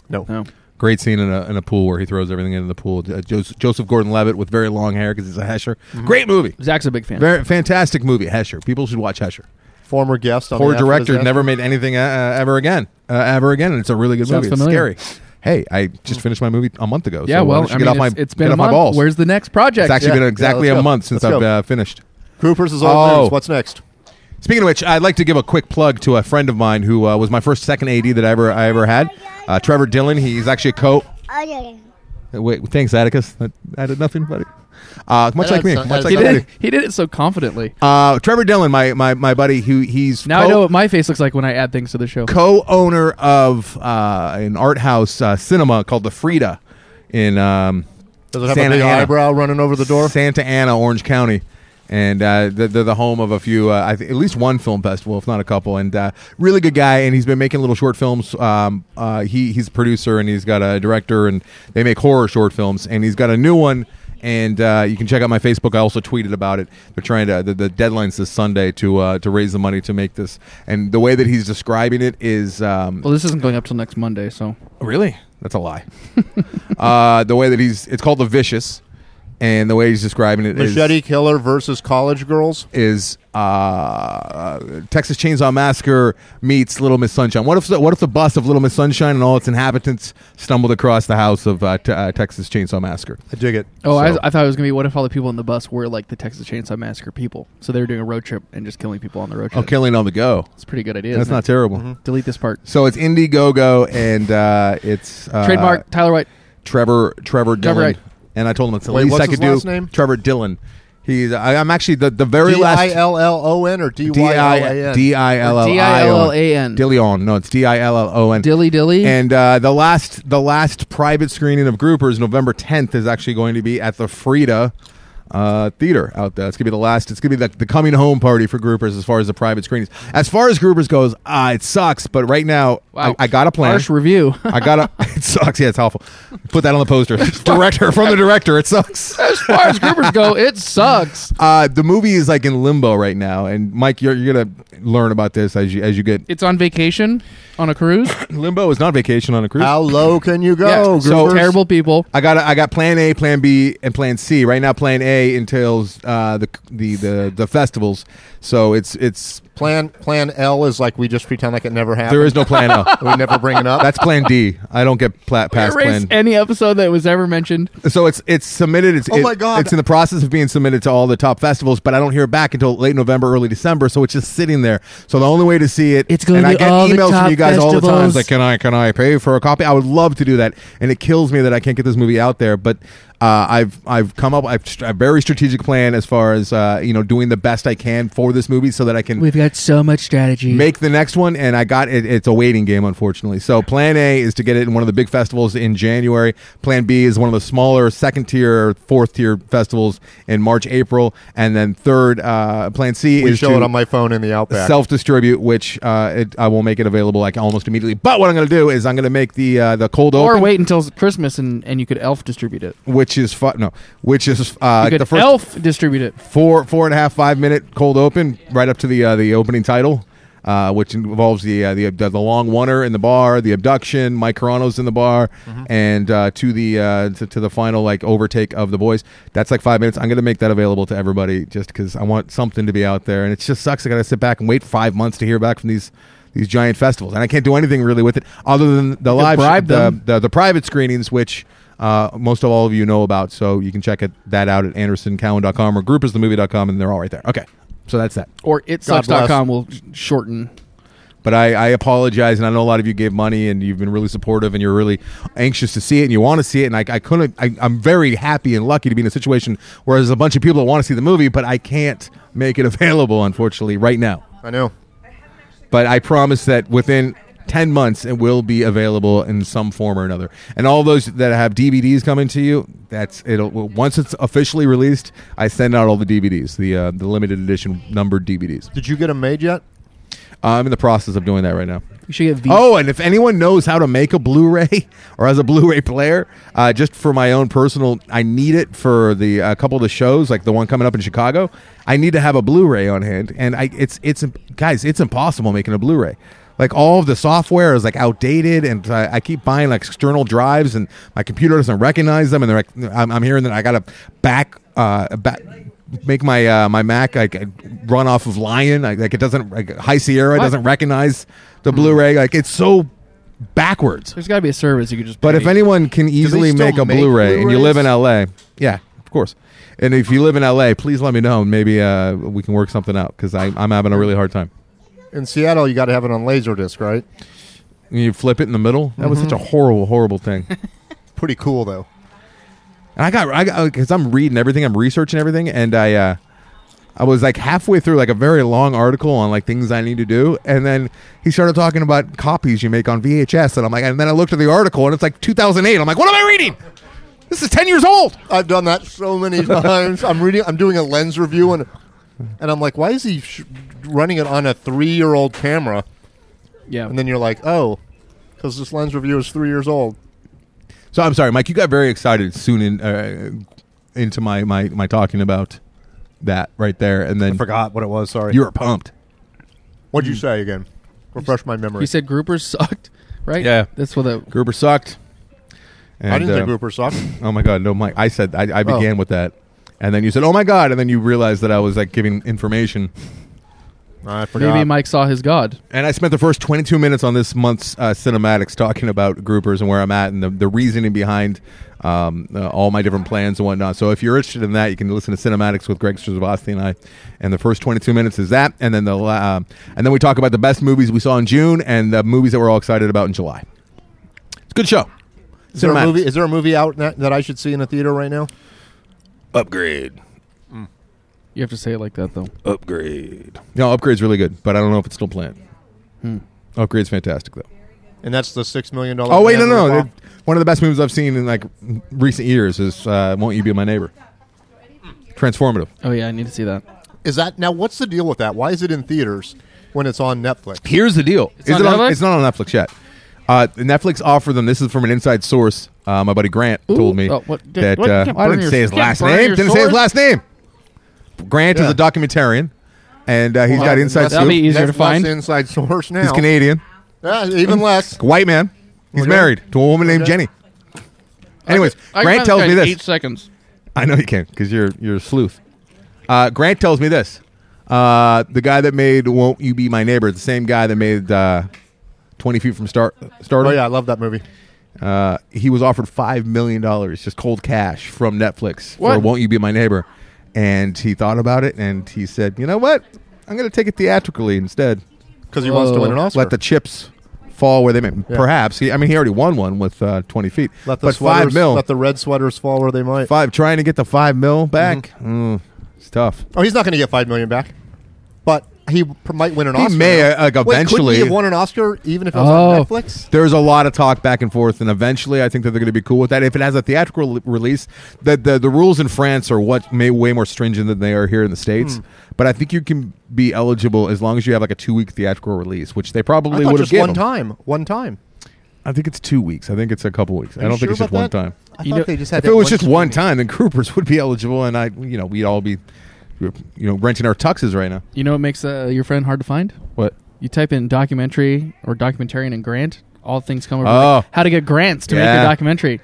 Speaker 2: No,
Speaker 3: No.
Speaker 1: Great scene in a, in a pool where he throws everything into the pool. Uh, Jos- Joseph Gordon-Levitt with very long hair because he's a Hesher.
Speaker 3: Mm-hmm.
Speaker 1: Great movie.
Speaker 3: Zach's a big fan.
Speaker 1: Very fantastic movie. Hesher. People should watch Hesher.
Speaker 2: former guest on
Speaker 1: poor
Speaker 2: the After
Speaker 1: director
Speaker 2: Disaster.
Speaker 1: never made anything uh, uh, ever again uh, ever again and it's a really good
Speaker 3: Sounds
Speaker 1: movie
Speaker 3: familiar.
Speaker 1: it's scary hey i just finished my movie a month ago
Speaker 3: yeah,
Speaker 1: so why
Speaker 3: well,
Speaker 1: don't you
Speaker 3: I
Speaker 1: get
Speaker 3: mean,
Speaker 1: off my
Speaker 3: it's- it's been
Speaker 1: get
Speaker 3: a
Speaker 1: off
Speaker 3: month.
Speaker 1: my balls
Speaker 3: Where's the next project?
Speaker 1: it's actually
Speaker 2: Yeah.
Speaker 1: been
Speaker 2: Yeah,
Speaker 1: exactly a
Speaker 2: let's go.
Speaker 1: month since
Speaker 2: Let's
Speaker 1: i've
Speaker 2: go.
Speaker 1: uh, finished
Speaker 2: Groupers is old
Speaker 1: Oh.
Speaker 2: news. What's next?
Speaker 1: Speaking of which, I'd like to give a quick plug to a friend of mine who uh, was my first second AD that I ever I ever had, uh, Trevor Dillon. He's actually a co. Wait, thanks, Atticus. That added nothing, buddy. Uh, much
Speaker 2: I know
Speaker 1: like me,
Speaker 2: it's not-
Speaker 1: much
Speaker 2: it's
Speaker 1: like
Speaker 3: he
Speaker 2: not-
Speaker 1: me.
Speaker 3: did. He did it so confidently.
Speaker 1: Uh, Trevor Dillon, my, my my buddy, who he's
Speaker 3: Now I
Speaker 1: co-
Speaker 3: know what my face looks like when I add things to the show.
Speaker 1: co-owner of uh, an art house uh, cinema called the Frida in um,
Speaker 2: Does it have
Speaker 1: Santa
Speaker 2: a big
Speaker 1: Ana.
Speaker 2: eyebrow running over the door?
Speaker 1: Santa Ana, Orange County. And uh, they're they're the home of a few, uh, I th- at least one film festival, if not a couple. And uh, really good guy, and he's been making little short films. Um, uh, he he's a producer, and he's got a director, and they make horror short films. And he's got a new one, and uh, you can check out my Facebook. I also tweeted about it. They're trying to the, the deadline's this Sunday to uh, to raise the money to make this. And the way that he's describing it is um,
Speaker 3: Well, this isn't going up till next Monday, so
Speaker 1: Really? That's a lie. uh, the way that he's, it's called The Vicious. and the way he's describing it is
Speaker 2: Machete Killer versus College Girls.
Speaker 1: is uh, Texas Chainsaw Massacre meets Little Miss Sunshine. What if what if the bus of Little Miss Sunshine and all its inhabitants stumbled across the house of uh, t- uh, Texas Chainsaw Massacre?
Speaker 2: I dig it.
Speaker 3: Oh,
Speaker 1: So-
Speaker 3: I, I thought it was gonna be what if all the people on the bus were like the Texas Chainsaw Massacre people? So they were doing a road trip and just killing people on the road
Speaker 1: Oh,
Speaker 3: trip.
Speaker 1: killing on the go.
Speaker 3: it's a pretty good idea.
Speaker 1: That's
Speaker 3: isn't
Speaker 1: not
Speaker 3: it?
Speaker 1: terrible.
Speaker 2: Mm-hmm.
Speaker 3: Delete this part.
Speaker 1: So it's Indiegogo and uh, it's uh,
Speaker 3: Trademark Tyler White.
Speaker 1: Trevor Trevor Dillon.
Speaker 3: Right.
Speaker 1: And I told him it's the
Speaker 2: Wait,
Speaker 1: least
Speaker 2: what's
Speaker 1: I
Speaker 2: his
Speaker 1: could do.
Speaker 2: last name?
Speaker 1: Trevor Dillon. He's I, I'm actually the the very
Speaker 2: D i
Speaker 1: last
Speaker 2: l E. l o n or d
Speaker 1: D
Speaker 2: y l a
Speaker 1: I
Speaker 2: n.
Speaker 1: D I L L
Speaker 3: D I L L A N.
Speaker 1: Dillion. No, it's D I L L O N.
Speaker 3: Dilly Dilly.
Speaker 1: And uh, the last the last private screening of Groupers, November 10th, is actually going to be at the Frida uh, Theater out there. It's gonna be the last. It's gonna be the, the coming home party for Groupers as far as the private screenings. As far as Groupers goes, uh, it sucks. But right now,
Speaker 3: Wow.
Speaker 1: I, I got a plan.
Speaker 3: Harsh review.
Speaker 1: I got a. It sucks. Yeah, it's awful. Put that on the poster. director from the director. It sucks.
Speaker 3: as far as groupers go, it sucks.
Speaker 1: Uh, the movie is like in limbo right now, and Mike, you're, you're gonna learn about this as you as you get.
Speaker 3: It's on vacation on a cruise.
Speaker 1: Limbo is not vacation on a cruise.
Speaker 2: How low can you go?
Speaker 3: Yeah.
Speaker 1: So-
Speaker 2: Groupers?
Speaker 3: Terrible people.
Speaker 1: I got I got plan A, plan B, and plan C. Right now, plan A entails uh, the, the the the festivals. So it's it's
Speaker 2: Plan Plan L is like we just pretend like it never happened.
Speaker 1: there is no plan O.
Speaker 2: we never bring it up.
Speaker 1: That's plan D. I don't get pla- past
Speaker 3: Erase
Speaker 1: plan.
Speaker 3: any episode that was ever mentioned.
Speaker 1: So it's it's submitted. It's,
Speaker 2: Oh
Speaker 1: it-
Speaker 2: my God.
Speaker 1: It's in the process of being submitted to all the top festivals, but I don't hear back until late November, early December. So it's just sitting there. So the only way to see it,
Speaker 4: It's going
Speaker 1: and I
Speaker 4: to
Speaker 1: get
Speaker 4: all the
Speaker 1: emails from
Speaker 4: top
Speaker 1: you guys all the time. It's
Speaker 4: festivals.
Speaker 1: like, can I can I pay for a copy? I would love to do that, and it kills me that I can't get this movie out there. But uh, I've I've come up I've st- a very strategic plan as far as uh, you know doing the best I can for this movie so that I can
Speaker 4: We've got so much strategy.
Speaker 1: make the next one and i got it it's a waiting game unfortunately so plan a is to get it in one of the big festivals in january plan b is one of the smaller second tier fourth tier festivals in march april and then third uh, plan c
Speaker 2: we
Speaker 1: is
Speaker 2: show
Speaker 1: to
Speaker 2: it on my phone in the Outback.
Speaker 1: Self distribute, which uh, it, I will make it available like almost immediately. But what I'm going to do is I'm going to make the uh, the cold
Speaker 3: Or
Speaker 1: open,
Speaker 3: wait until Christmas and, and you could elf distribute it.
Speaker 1: which is fu- no, which is uh,
Speaker 3: You could
Speaker 1: the first
Speaker 3: elf distribute it.
Speaker 1: four four and a half five minute cold open right up to the uh, the opening title uh, which involves the, uh, the the long oneer in the bar the abduction Mike Carano's in the bar
Speaker 3: Mm-hmm.
Speaker 1: and uh, to the uh, to, to the final like overtake of the boys that's like five minutes I'm gonna make that available to everybody just because I want something to be out there and it just sucks I gotta sit back and wait five months to hear back from these these giant festivals and I can't do anything really with it other than the live
Speaker 3: bribe
Speaker 1: the,
Speaker 3: them.
Speaker 1: the, the private screenings, which uh, most of all of you know about. So you can check it, that out at andersoncowan.com or groupisthemovie.com, and they're all right there. Okay. So that's that.
Speaker 3: Or itsucks.com will sh- shorten.
Speaker 1: But I, I apologize, and I know a lot of you gave money, and you've been really supportive, and you're really anxious to see it, and you want to see it, and I, I couldn't. I, I'm very happy and lucky to be in a situation where there's a bunch of people that want to see the movie, but I can't make it available, unfortunately, right now.
Speaker 2: I know.
Speaker 1: but I promise that within 10 months it will be available in some form or another. And all those that have DVDs coming to you, that's it'll once it's officially released, I send out all the DVDs, the uh, the limited edition numbered DVDs.
Speaker 2: Did you get them made yet?
Speaker 1: I'm in the process of doing that right now.
Speaker 3: You should get V.
Speaker 1: Oh, and if anyone knows how to make a Blu-ray or has a Blu-ray player, uh, just for my own personal, I need it for the a couple of the shows, like the one coming up in Chicago. I need to have a Blu-ray on hand, and I it's it's guys, it's impossible making a Blu-ray. Like all of the software is like outdated, and I, I keep buying like external drives, and my computer doesn't recognize them, and they're like, I'm, I'm hearing that I gotta back uh back. Make my uh, my Mac like run off of Lion like, like it doesn't like High Sierra
Speaker 3: What?
Speaker 1: doesn't recognize the Blu-ray. Like it's so backwards.
Speaker 3: There's got to be a service you could just.
Speaker 1: But
Speaker 3: pay.
Speaker 1: if anyone can easily
Speaker 2: still
Speaker 1: make a
Speaker 2: make
Speaker 1: Blu-ray and you live in
Speaker 2: Blu-rays?
Speaker 1: LA, yeah, of course. And if you live in LA, please let me know. and Maybe uh, we can work something out because I'm having a really hard time.
Speaker 2: In Seattle, you got to have it on Laserdisc, right?
Speaker 1: And you flip it in the middle. That was such a horrible, horrible thing. and
Speaker 2: Pretty cool though.
Speaker 1: I got, I got, because I'm reading everything, I'm researching everything, and I, uh, I was like halfway through like a very long article on like things I need to do, and then he started talking about copies you make on VHS, and I'm like, and then I looked at the article, and it's like 2008. I'm like, what am I reading? This is 10 years old.
Speaker 2: I've done that so many times. I'm reading. I'm doing a lens review and and I'm like, why is he sh- running it on a three-year-old camera?
Speaker 3: yeah,
Speaker 2: And then you're like, oh, because this lens review is three years old.
Speaker 1: So I'm sorry, Mike. You got very excited soon in, uh, into my, my my talking about that right there, and then
Speaker 2: forgot what it was. Sorry.
Speaker 1: you were pumped.
Speaker 2: What'd you say again? Refresh my memory.
Speaker 3: you said groupers sucked, right?
Speaker 1: Yeah.
Speaker 3: that's what the
Speaker 1: Gruber sucked,
Speaker 2: I
Speaker 1: And,
Speaker 2: didn't
Speaker 1: uh,
Speaker 2: think Rupert sucked.
Speaker 1: Oh my god, no, Mike. I said I, I
Speaker 2: Oh.
Speaker 1: began with that, and then you said, "Oh my god," and then you realized that I was like giving information.
Speaker 2: I forgot.
Speaker 3: Maybe Mike saw his god.
Speaker 1: And I spent the first 22 minutes on this month's uh, cinematics talking about groupers and where I'm at and the, the reasoning behind um, uh, all my different plans and whatnot. So if you're interested in that, you can listen to cinematics with Greg Straczynski and I. And the first 22 minutes is that, and then the la- um and then we talk about the best movies we saw in June and the movies that we're all excited about in July. It's a good show.
Speaker 2: Is there, a
Speaker 1: Cinematics.
Speaker 2: movie, is there a movie out that, that I should see in a theater right now?
Speaker 1: Upgrade.
Speaker 3: You have to say it like that though.
Speaker 1: Uh. Upgrade. No, upgrade's really good, but I don't know if it's still planned. Hmm. Upgrade's fantastic though.
Speaker 2: And that's the six million dollar.
Speaker 1: Oh wait, no, no, no. One of the best movies I've seen in like recent years is uh, "Won't You Be My Neighbor." Transformative.
Speaker 3: Oh yeah, I need to see that.
Speaker 2: Is that now? What's the deal with that? Why is it in theaters when it's on Netflix?
Speaker 1: Here's the deal: it's,
Speaker 3: on
Speaker 1: it on,
Speaker 3: Netflix?
Speaker 1: it's not on Netflix yet. Uh, Netflix offered them. This is from an inside source. Uh, my buddy Grant told me
Speaker 3: oh, what- d-
Speaker 1: that
Speaker 3: what? You
Speaker 1: uh,
Speaker 3: can't
Speaker 1: I
Speaker 3: burn
Speaker 1: didn't
Speaker 3: your-
Speaker 1: say his
Speaker 3: you can't
Speaker 1: last
Speaker 3: burn
Speaker 1: name.
Speaker 3: your
Speaker 1: Didn't say his
Speaker 3: source?
Speaker 1: last name. Grant
Speaker 2: Yeah.
Speaker 1: is a documentarian, and uh, he's got inside
Speaker 3: that'll
Speaker 1: scoop.
Speaker 3: be easier to
Speaker 2: Netflix
Speaker 3: find.
Speaker 2: Inside source now.
Speaker 1: he's Canadian,
Speaker 2: Yeah, even less.
Speaker 1: a white man. He's
Speaker 2: Okay.
Speaker 1: married to a woman named
Speaker 2: Okay.
Speaker 1: Jenny. Anyways, Grant tells me this.
Speaker 3: Eight seconds.
Speaker 1: I know you can because you're you're a sleuth. Uh, Grant tells me this: uh, the guy that made "Won't You Be My Neighbor," the same guy that made uh, Twenty Feet from Star
Speaker 2: Oh
Speaker 1: Stardom.
Speaker 2: yeah, I love that movie.
Speaker 1: uh, he was offered five million dollars, just cold cash, from Netflix for
Speaker 3: What?
Speaker 1: "Won't You Be My Neighbor," and he thought about it and he said, "You know what? I'm going to take it theatrically instead.
Speaker 2: Because he wants to
Speaker 3: Whoa.
Speaker 2: win an Oscar.
Speaker 1: Let the chips." Fall where they may.
Speaker 2: Yeah.
Speaker 1: Perhaps he. I mean, he already won one with uh, twenty feet.
Speaker 2: Let the
Speaker 1: but
Speaker 2: sweaters,
Speaker 1: five mil.
Speaker 2: Let the red sweaters fall where they might.
Speaker 1: five. Trying to get the five mil back.
Speaker 2: Mm-hmm.
Speaker 1: Mm, it's tough.
Speaker 2: Oh, he's not going to get five million back, but he p- might win an
Speaker 1: He
Speaker 2: Oscar.
Speaker 1: may,
Speaker 2: now.
Speaker 1: uh, like,
Speaker 2: Wait, couldn't
Speaker 1: eventually-
Speaker 2: he have won an Oscar even if it was on
Speaker 3: Oh.
Speaker 2: Netflix?
Speaker 1: There's a lot of talk back and forth, and eventually, I think that they're going to be cool with that. If it has a theatrical l- release, that the, the rules in France are what may way more stringent than they are here in the states.
Speaker 2: Mm.
Speaker 1: But I think you can be eligible as long as you have like a two week theatrical release, which they
Speaker 2: I
Speaker 1: probably
Speaker 2: thought
Speaker 1: would have
Speaker 2: just
Speaker 1: given.
Speaker 2: one time. One time.
Speaker 1: I think it's two weeks. I think it's a couple weeks. I
Speaker 2: Are you
Speaker 1: don't think
Speaker 2: sure
Speaker 1: it's just
Speaker 2: about
Speaker 1: one
Speaker 2: that?
Speaker 1: time.
Speaker 2: I
Speaker 3: You
Speaker 2: thought
Speaker 3: know-
Speaker 2: they just had.
Speaker 1: If it was just one time, then Coopers would be eligible, and I, you know, we'd all be, you know, renting our tuxes right now.
Speaker 3: You know what makes uh, your friend hard to find?
Speaker 1: What?
Speaker 3: You type in documentary or documentarian and grant, all things come over.
Speaker 1: Oh.
Speaker 3: Like, how to get grants to make
Speaker 1: Yeah.
Speaker 3: a documentary.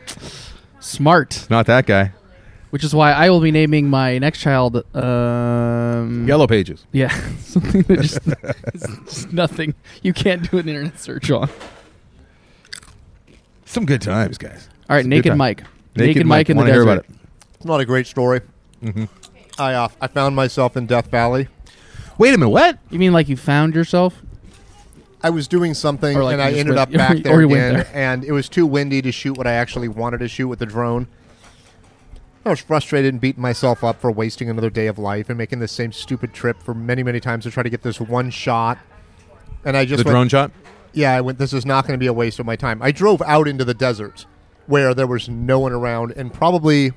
Speaker 3: Smart.
Speaker 1: Not that guy.
Speaker 3: Which is why I will be naming my next child. Um,
Speaker 1: Yellow pages.
Speaker 3: Yeah, something that just, it's just nothing. You can't do an internet search on.
Speaker 1: Some good times, guys.
Speaker 3: All
Speaker 1: It's
Speaker 3: right,
Speaker 1: a good
Speaker 3: Naked
Speaker 1: time.
Speaker 3: Mike.
Speaker 1: Naked, Mike.
Speaker 3: in the
Speaker 1: want to
Speaker 3: desert.
Speaker 1: hear about it?
Speaker 2: It's not a great story. I uh, I found myself in Death Valley.
Speaker 1: Wait a minute. What?
Speaker 3: You mean like you found yourself?
Speaker 2: I was doing something
Speaker 3: Or, like,
Speaker 2: and
Speaker 3: you
Speaker 2: I
Speaker 3: just
Speaker 2: ended
Speaker 3: went-
Speaker 2: up back there
Speaker 3: or you went
Speaker 2: again,
Speaker 3: there.
Speaker 2: and it was too windy to shoot what I actually wanted to shoot with the drone. I was frustrated and beating myself up for wasting another day of life and making the same stupid trip for many, many times to try to get this one shot. And I just
Speaker 1: The
Speaker 2: went,
Speaker 1: drone shot.
Speaker 2: yeah, I went. This is not going to be a waste of my time. I drove out into the desert where there was no one around, and probably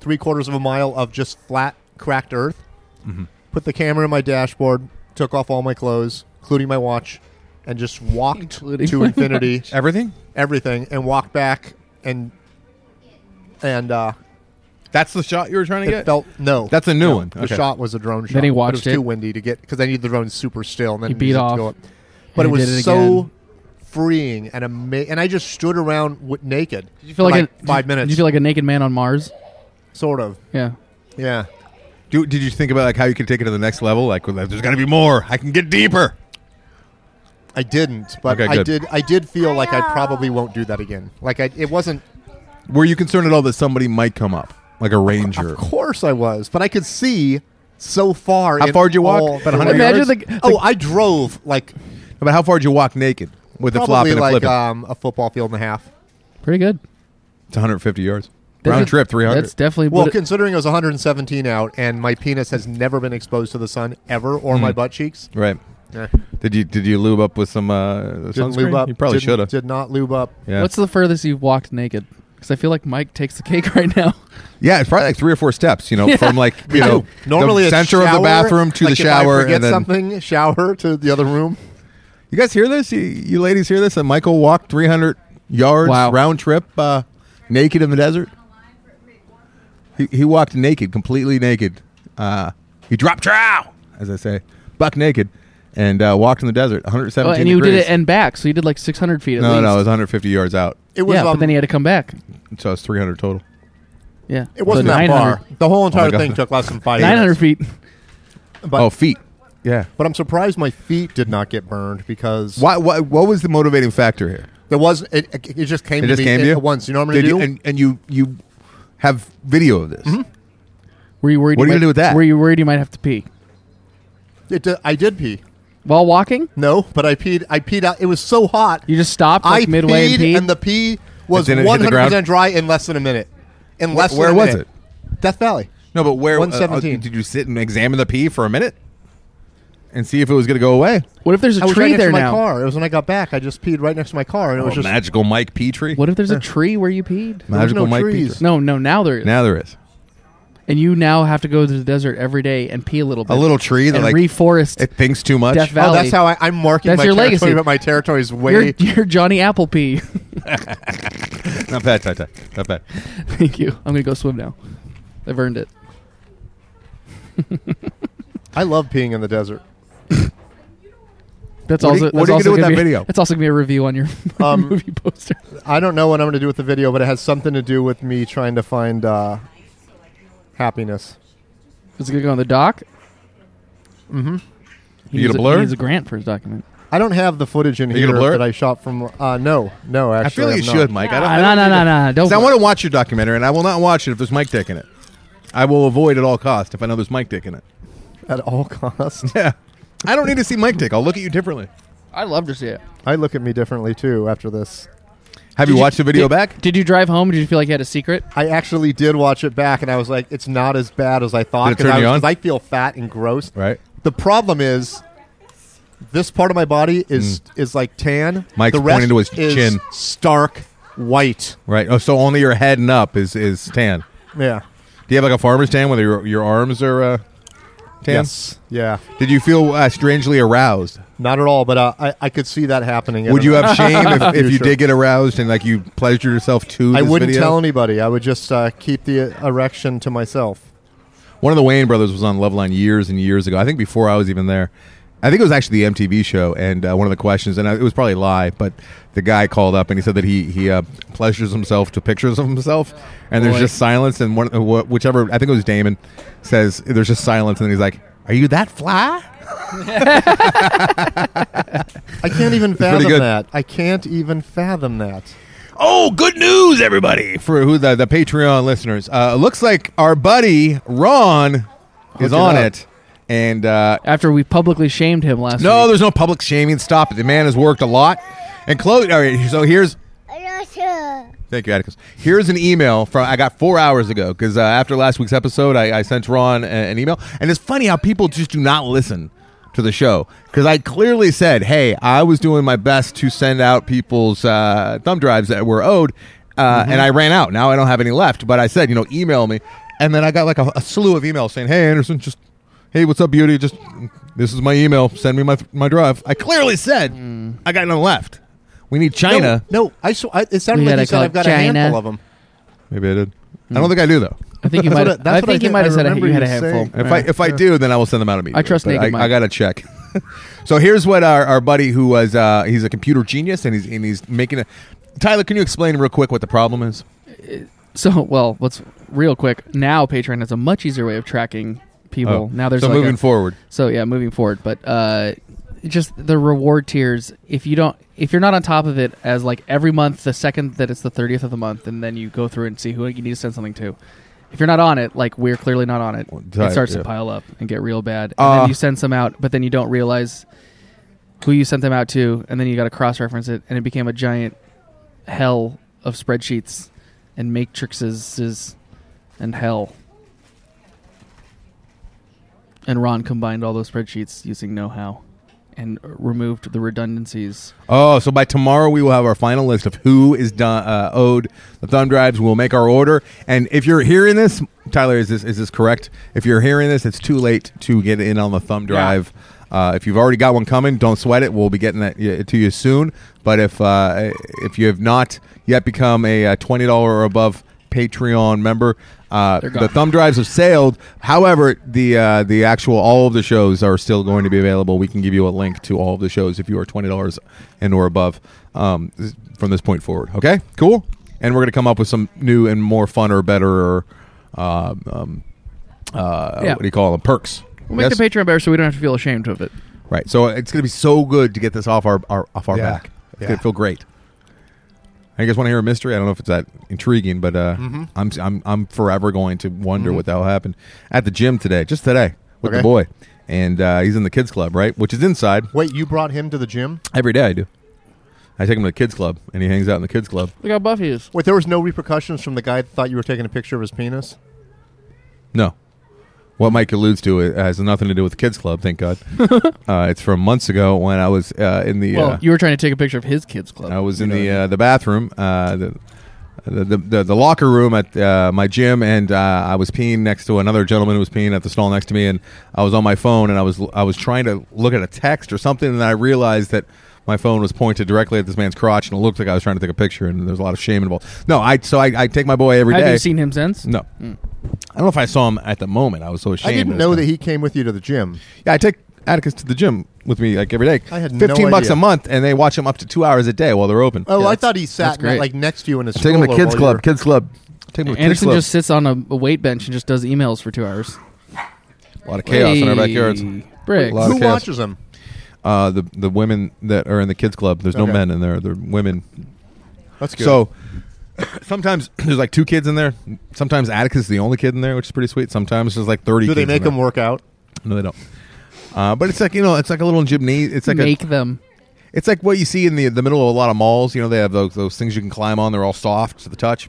Speaker 2: three quarters of a mile of just flat, cracked earth.
Speaker 3: Mm-hmm.
Speaker 2: Put the camera in my dashboard, took off all my clothes, including my watch, and just walked
Speaker 3: Including
Speaker 2: to
Speaker 3: my
Speaker 2: infinity,
Speaker 1: Everything.
Speaker 2: everything, and walked back and and uh,
Speaker 1: That's the shot you were trying to
Speaker 2: it
Speaker 1: get.
Speaker 2: felt no.
Speaker 1: That's a new
Speaker 2: No,
Speaker 1: one.
Speaker 2: The
Speaker 1: Okay.
Speaker 2: shot was a drone shot.
Speaker 3: he
Speaker 2: but
Speaker 3: watched
Speaker 2: it. was
Speaker 3: it.
Speaker 2: too windy to get because I needed the drone super still. And then
Speaker 3: He
Speaker 2: it
Speaker 3: beat
Speaker 2: needed to
Speaker 3: off,
Speaker 2: go up. But
Speaker 3: and
Speaker 2: it
Speaker 3: he
Speaker 2: was
Speaker 3: did it
Speaker 2: so
Speaker 3: again.
Speaker 2: freeing and amazing. And I just stood around w- naked. Did
Speaker 3: You feel like, a,
Speaker 2: five
Speaker 3: did-
Speaker 2: minutes?
Speaker 3: Did you feel like a naked man on Mars?
Speaker 2: sort of?
Speaker 3: Yeah.
Speaker 2: Yeah.
Speaker 1: Do, did you think about like how you could take it to the next level? Like well, there's got to be more. I can get deeper.
Speaker 2: I didn't, but
Speaker 1: Okay,
Speaker 2: I
Speaker 1: good.
Speaker 2: did. I did feel like I probably won't do that again. Like I, it wasn't.
Speaker 1: Were you concerned at all that somebody might come up, like a ranger?
Speaker 2: Of course, I was, but I could see so far.
Speaker 1: How
Speaker 2: in
Speaker 1: far did you walk?
Speaker 2: all
Speaker 1: About
Speaker 2: directions.
Speaker 1: 100 yards?
Speaker 3: Imagine the-
Speaker 2: oh, I drove like
Speaker 1: But how far did you walk naked with a flop
Speaker 2: probably
Speaker 1: and a
Speaker 2: like
Speaker 1: flip?
Speaker 2: um, a football field and a half.
Speaker 3: Pretty good.
Speaker 1: it's 150 yards.
Speaker 3: That's
Speaker 1: Round
Speaker 3: a-
Speaker 1: trip 300.
Speaker 3: That's definitely
Speaker 2: Well,
Speaker 3: what it-
Speaker 2: considering it was 117 out, and my penis has never been exposed to the sun ever, or
Speaker 1: Hmm.
Speaker 2: my butt cheeks.
Speaker 1: right.
Speaker 2: Yeah.
Speaker 1: Did you did you lube up with some uh,
Speaker 2: Didn't
Speaker 1: sunscreen?
Speaker 2: lube up.
Speaker 1: You probably
Speaker 2: Didn't-
Speaker 1: should have.
Speaker 2: Did not lube up.
Speaker 1: Yeah.
Speaker 3: what's the furthest you've walked naked? Because I feel like Mike takes the cake right now.
Speaker 1: yeah, it's probably like three or four steps. You know,
Speaker 3: Yeah.
Speaker 1: from like you know
Speaker 2: Normally,
Speaker 1: the
Speaker 2: a
Speaker 1: center of
Speaker 2: shower,
Speaker 1: the bathroom to
Speaker 2: like
Speaker 1: the
Speaker 2: if I
Speaker 1: shower,
Speaker 2: forget
Speaker 1: and then
Speaker 2: something. Shower to the other room.
Speaker 1: you guys hear this? You, you ladies hear this? That Michael walked 300 yards
Speaker 3: Wow.
Speaker 1: round trip uh, naked in the desert. He, he walked naked, completely naked. Uh, he dropped trow, as I say, buck naked, and uh, walked in the desert, 117
Speaker 3: Oh, and you
Speaker 1: degrees.
Speaker 3: did it and back, so you did like 600 feet at
Speaker 1: no,
Speaker 3: least.
Speaker 1: no, it was 150 yards out.
Speaker 2: It was.
Speaker 3: yeah,
Speaker 2: um,
Speaker 3: but then he had to come back.
Speaker 1: So it's 300 total.
Speaker 3: Yeah.
Speaker 2: It wasn't
Speaker 3: So
Speaker 2: that
Speaker 3: 900
Speaker 2: far. The whole entire
Speaker 1: Oh God.
Speaker 2: thing took less than five. minutes.
Speaker 3: 900 feet.
Speaker 2: But,
Speaker 1: oh, feet. Yeah.
Speaker 2: but I'm surprised my feet did not get burned because
Speaker 1: Why, why, what was the motivating factor here?
Speaker 2: there was it, it it just came
Speaker 1: It
Speaker 2: to
Speaker 1: just
Speaker 2: me
Speaker 1: came
Speaker 2: at-
Speaker 1: to you
Speaker 2: at once. You know what I'm
Speaker 1: Did
Speaker 2: gonna do?
Speaker 1: and, and you you have video of this.
Speaker 3: Were you worried?
Speaker 1: What are you
Speaker 3: might-
Speaker 1: gonna do with that?
Speaker 3: Were you worried you might have to pee
Speaker 2: It did- I did pee.
Speaker 3: while walking?
Speaker 2: No, but I peed. I peed out. It was so hot.
Speaker 3: You just stopped like
Speaker 2: I
Speaker 3: midway
Speaker 2: peed,
Speaker 3: and peed.
Speaker 2: the pee was
Speaker 1: And then it hit the
Speaker 2: 100 percent
Speaker 1: ground?
Speaker 2: dry in less than a minute. In less
Speaker 1: where
Speaker 2: than a
Speaker 1: was
Speaker 2: minute. Death Valley.
Speaker 1: No, but where? uh, uh,
Speaker 2: 117.
Speaker 1: did you sit and examine the pee for a minute and see if it was going to go away?
Speaker 3: what if there's a
Speaker 2: I was right
Speaker 3: tree
Speaker 2: next
Speaker 3: there
Speaker 2: to my
Speaker 3: now?
Speaker 2: car. It was when I got back. I just peed right next to my car, and it was
Speaker 1: Oh,
Speaker 2: just
Speaker 1: magical Mike Petrie.
Speaker 3: What if there's a tree where you peed?
Speaker 2: there was
Speaker 1: Magical
Speaker 2: no
Speaker 1: Mike
Speaker 2: trees.
Speaker 1: Petrie.
Speaker 3: No, no. Now there is.
Speaker 1: Now there is
Speaker 3: and you now have to go to the desert every day and pee a little bit.
Speaker 1: a little tree that
Speaker 3: and
Speaker 1: like
Speaker 3: reforest
Speaker 1: it thinks too much.
Speaker 3: Death Valley.
Speaker 2: Oh, that's how I, I'm marking
Speaker 3: That's
Speaker 2: my
Speaker 3: your
Speaker 2: territory,
Speaker 3: legacy.
Speaker 2: but my territory is way.
Speaker 3: You're, you're Johnny Appleby.
Speaker 1: Not bad, not bad, not bad.
Speaker 3: Thank you. I'm gonna go swim now. I've earned it.
Speaker 2: I love peeing in the desert.
Speaker 3: That's
Speaker 1: What do you- what
Speaker 3: also. that's
Speaker 1: are you gonna
Speaker 3: also
Speaker 1: do with
Speaker 3: gonna
Speaker 1: that
Speaker 3: be-
Speaker 1: video?
Speaker 3: That's also gonna be a review on your
Speaker 2: Um,
Speaker 3: movie poster.
Speaker 2: I don't know what I'm going to do with the video, but it has something to do with me trying to find uh, happiness.
Speaker 3: Is it gonna go on the doc? Mm-hmm.
Speaker 1: You gonna blur?
Speaker 3: A, he needs a grant for his document.
Speaker 2: I don't have the footage in
Speaker 1: you gonna
Speaker 2: here
Speaker 1: blur it?
Speaker 2: that I shot from. Uh, no, no,
Speaker 1: I feel
Speaker 2: actually,
Speaker 1: like you
Speaker 2: I'm
Speaker 1: should,
Speaker 2: not.
Speaker 4: Ah,
Speaker 1: Mike. I don't. I
Speaker 3: No,
Speaker 1: don't
Speaker 3: no,
Speaker 1: need
Speaker 3: no,
Speaker 1: to-
Speaker 3: no, no. Don't.
Speaker 1: Because I
Speaker 3: blur.
Speaker 1: want to watch your documentary, and I will not watch it if there's Mike Dick in it. I will avoid at all cost if I know there's Mike Dick in it.
Speaker 2: at all costs.
Speaker 1: Yeah, I don't need to see Mike Dick. I'll look at you differently.
Speaker 3: I'd love to see it.
Speaker 2: I look at me differently too after this.
Speaker 1: Have
Speaker 3: Did
Speaker 1: you watched the video
Speaker 3: did-
Speaker 1: back?
Speaker 3: Did you drive home? Did you feel like you had a secret?
Speaker 2: I actually did watch it back, and I was like, it's not as bad as I thought.
Speaker 1: Did it
Speaker 2: 'cause
Speaker 1: turn
Speaker 2: I,
Speaker 1: you
Speaker 2: was-
Speaker 1: on?
Speaker 2: 'cause I feel fat and gross.
Speaker 1: Right.
Speaker 2: The problem is, this part of my body is is like tan.
Speaker 1: Mm. Mike's
Speaker 2: the rest
Speaker 1: pointing to his
Speaker 2: is
Speaker 1: chin.
Speaker 2: Stark white.
Speaker 1: Right. Oh, so only your head and up is is tan.
Speaker 2: Yeah.
Speaker 1: Do you have like a farmer's tan where your your arms are uh, tan?
Speaker 2: Yes. Yeah.
Speaker 1: Did you feel uh, strangely aroused?
Speaker 2: Not at all, but uh, I I could see that happening. at
Speaker 1: Would you
Speaker 2: an-
Speaker 1: have shame if, if you
Speaker 2: Future.
Speaker 1: did get aroused and like you pleasured yourself to?
Speaker 2: I
Speaker 1: this
Speaker 2: wouldn't
Speaker 1: video?
Speaker 2: tell anybody. I would just uh, keep the erection to myself.
Speaker 1: One of the Wayne brothers was on Love Line years and years ago. I think before I was even there. I think it was actually the MTV show, and uh, one of the questions, and I, it was probably live, but the guy called up and he said that he he uh, pleasures himself to pictures of himself, and there's
Speaker 3: Boy.
Speaker 1: just silence, and one uh, wh- whichever I think it was Damon says there's just silence, and then he's like, "Are you that fly?"
Speaker 2: I can't even
Speaker 1: pretty
Speaker 2: fathom
Speaker 1: good.
Speaker 2: that. I can't even fathom that.
Speaker 1: Oh, good news, everybody! For who the, the Patreon listeners, uh, looks like our buddy Ron is
Speaker 2: it
Speaker 1: on
Speaker 2: up.
Speaker 1: it, and uh,
Speaker 3: After we publicly shamed him last
Speaker 1: No,
Speaker 3: week.
Speaker 1: there's no public shaming. Stop it. The man has worked a lot. And close. All right. So here's. Thank you, Atticus. Here's an email from I got four hours ago because uh, after last week's episode, I, I sent Ron a- an email, and it's funny how people just do not listen to the show because I clearly said, "Hey, I was doing my best to send out people's uh, thumb drives that were owed, uh, and I ran out. Now I don't have any left." But I said, "You know, email me," and then I got like a, a slew of emails saying, "Hey, Anderson, just hey, what's up, beauty? Just this is my email. Send me my my drive." I clearly said, "I got none left. We need China."
Speaker 2: No, no, I, sw- I it sounded like
Speaker 3: We gotta
Speaker 2: you said
Speaker 3: call
Speaker 2: I've got a
Speaker 3: China.
Speaker 2: handful of them.
Speaker 1: Maybe I did. I don't think I do though.
Speaker 3: I think you
Speaker 2: That's
Speaker 3: might.
Speaker 2: what I-
Speaker 3: have-
Speaker 2: that's
Speaker 3: I
Speaker 2: what I
Speaker 3: think you
Speaker 2: think-
Speaker 3: might
Speaker 2: I
Speaker 3: have said I-
Speaker 2: remember
Speaker 3: you had a
Speaker 2: you
Speaker 3: handful.
Speaker 2: saying.
Speaker 1: If I
Speaker 3: Alright.
Speaker 1: if I do, then I will send them out immediately.
Speaker 3: I trust
Speaker 1: But
Speaker 3: Naked
Speaker 1: I,
Speaker 3: Mike.
Speaker 1: I gotta check. so here's what our, our buddy who was uh, he's a computer genius and he's and he's making a. Tyler, can you explain real quick what the problem is?
Speaker 3: So, well, let's real quick. Now Patreon has a much easier way of tracking people. now there's
Speaker 1: Oh. so
Speaker 3: like
Speaker 1: moving
Speaker 3: a-
Speaker 1: forward.
Speaker 3: So yeah, moving forward, but uh, just the reward tiers. If you don't, if you're not on top of it, as like every month, the second that it's the thirtieth of the month, and then you go through and see who you need to send something to. If you're not on it, like we're clearly not on it,
Speaker 1: Right,
Speaker 3: it starts
Speaker 1: yeah.
Speaker 3: to pile up and get real bad. And
Speaker 1: Uh,
Speaker 3: then you send some out, but then you don't realize who you sent them out to, and then you got to cross reference it, and it became a giant hell of spreadsheets and matrices and hell. And Ron combined all those spreadsheets using know how and removed the redundancies.
Speaker 1: Oh, so by tomorrow we will have our final list of who is done, uh, owed the thumb drives. We'll make our order, and if you're hearing this, Tyler, is this is this correct? If you're hearing this, it's too late to get in on the thumb drive. Uh, if you've already got one coming, don't sweat it. We'll be getting that uh, to you soon. But if uh, if you have not yet become a uh, twenty dollar or above Patreon member, uh, the thumb drives have sailed. However, the uh, the actual all of the shows are still going to be available. We can give you a link to all of the shows if you are twenty dollars and or above um, from this point forward. Okay, cool. and we're going to come up with some new and more fun or better or uh, um, uh,
Speaker 3: Yeah.
Speaker 1: what do you call them perks.
Speaker 3: We'll make
Speaker 1: Yes?
Speaker 3: the Patreon better so we don't have to feel ashamed of it.
Speaker 1: right. So it's going to be so good to get this off our, our off our
Speaker 2: Yeah.
Speaker 1: back. It's
Speaker 2: Yeah.
Speaker 1: going to feel great. I guys want to hear a mystery. I don't know if it's that intriguing, but uh,
Speaker 2: Mm-hmm.
Speaker 1: I'm I'm I'm forever going to wonder what the hell happened at the gym today, just today with the
Speaker 2: Okay.
Speaker 1: boy, and uh, he's in the kids club, right? Which is inside.
Speaker 2: Wait, you brought him to the gym?
Speaker 1: Every day I do. I take him to the kids club, and he hangs out in the kids club.
Speaker 3: Look how buff he is.
Speaker 2: Wait, there was no repercussions from the guy that thought you were taking a picture of his penis?
Speaker 1: No, what Mike alludes to it has nothing to do with the kids club. Thank God. uh, it's from months ago when I was uh, in the.
Speaker 3: Well,
Speaker 1: uh,
Speaker 3: you were trying to take a picture of his kids' club.
Speaker 1: I was
Speaker 3: You
Speaker 1: in
Speaker 3: know.
Speaker 1: the uh, the bathroom, uh, the, the the the locker room at uh, my gym, and uh, I was peeing next to another gentleman who was peeing at the stall next to me, and I was on my phone, and I was I was trying to look at a text or something, and I realized that. My phone was pointed directly at this man's crotch, and it looked like I was trying to take a picture. And there's a lot of shame involved. No, I so I, I take my boy every day.
Speaker 3: Have you seen Hmm. him since?
Speaker 1: No, I don't know if I saw him at the moment. I was so
Speaker 2: I
Speaker 1: ashamed.
Speaker 2: didn't know that he came with you to the gym.
Speaker 1: Yeah, I take Atticus to the gym with me like every day.
Speaker 2: I had no
Speaker 1: fifteen bucks
Speaker 2: idea.
Speaker 1: a month, and they watch him up to two hours a day while they're open.
Speaker 2: Oh,
Speaker 3: Yeah,
Speaker 2: I
Speaker 3: that's-
Speaker 2: thought he
Speaker 3: that's
Speaker 2: sat
Speaker 3: great.
Speaker 2: like next to you in his
Speaker 1: Take him to
Speaker 2: stroller
Speaker 1: kids
Speaker 2: while
Speaker 1: club.
Speaker 2: you're-
Speaker 1: Kids club. Take him to kids
Speaker 3: Anderson
Speaker 1: club.
Speaker 3: just sits on a, a weight bench and just does emails for two hours.
Speaker 1: a lot of chaos in our backyards.
Speaker 3: Hey, Bricks.
Speaker 1: A lot of
Speaker 2: Who
Speaker 1: chaos.
Speaker 2: watches him?
Speaker 1: Uh, the the women that are in the kids club. There's no
Speaker 2: Okay.
Speaker 1: men in there. They're women.
Speaker 2: That's good.
Speaker 1: So sometimes there's like two kids in there. Sometimes Atticus is the only kid in there, which is pretty sweet. Sometimes there's like thirty.
Speaker 2: do they
Speaker 1: kids
Speaker 2: make
Speaker 1: in
Speaker 2: him work out?
Speaker 1: there. No, they don't. Uh, but it's like you know, it's like a little gymnasium. It's like a,
Speaker 3: Make them.
Speaker 1: It's like what you see in the the middle of a lot of malls. You know, they have those, those things you can climb on. They're all soft to the touch.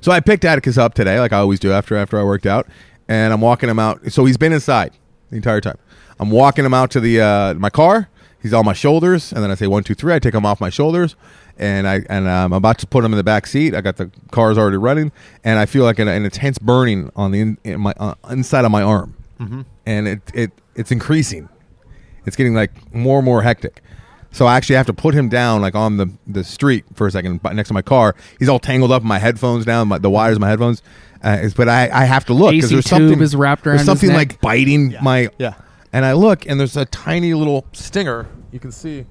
Speaker 1: So I picked Atticus up today, like I always do after after I worked out, and I'm walking him out. So he's been inside the entire time. I'm walking him out to the uh, my car. He's on my shoulders, and then I say one, two, three. I take him off my shoulders, and I and I'm about to put him in the back seat. I got the car's already running, and I feel like an, an intense burning on the in, in my uh, inside of my arm, and it it it's increasing it's getting like more and more hectic. So I actually have to put him down like on the, the street for a second bu- next to my car. He's all tangled up in my headphones now, my, the wires of my headphones. Uh, is- but I, I have to look
Speaker 3: AC
Speaker 1: because there's
Speaker 3: tube
Speaker 1: something
Speaker 3: is wrapped around
Speaker 1: there's
Speaker 3: his
Speaker 1: something
Speaker 3: neck.
Speaker 1: like biting my
Speaker 2: Yeah.
Speaker 1: And I look and there's a tiny little stinger. You can see you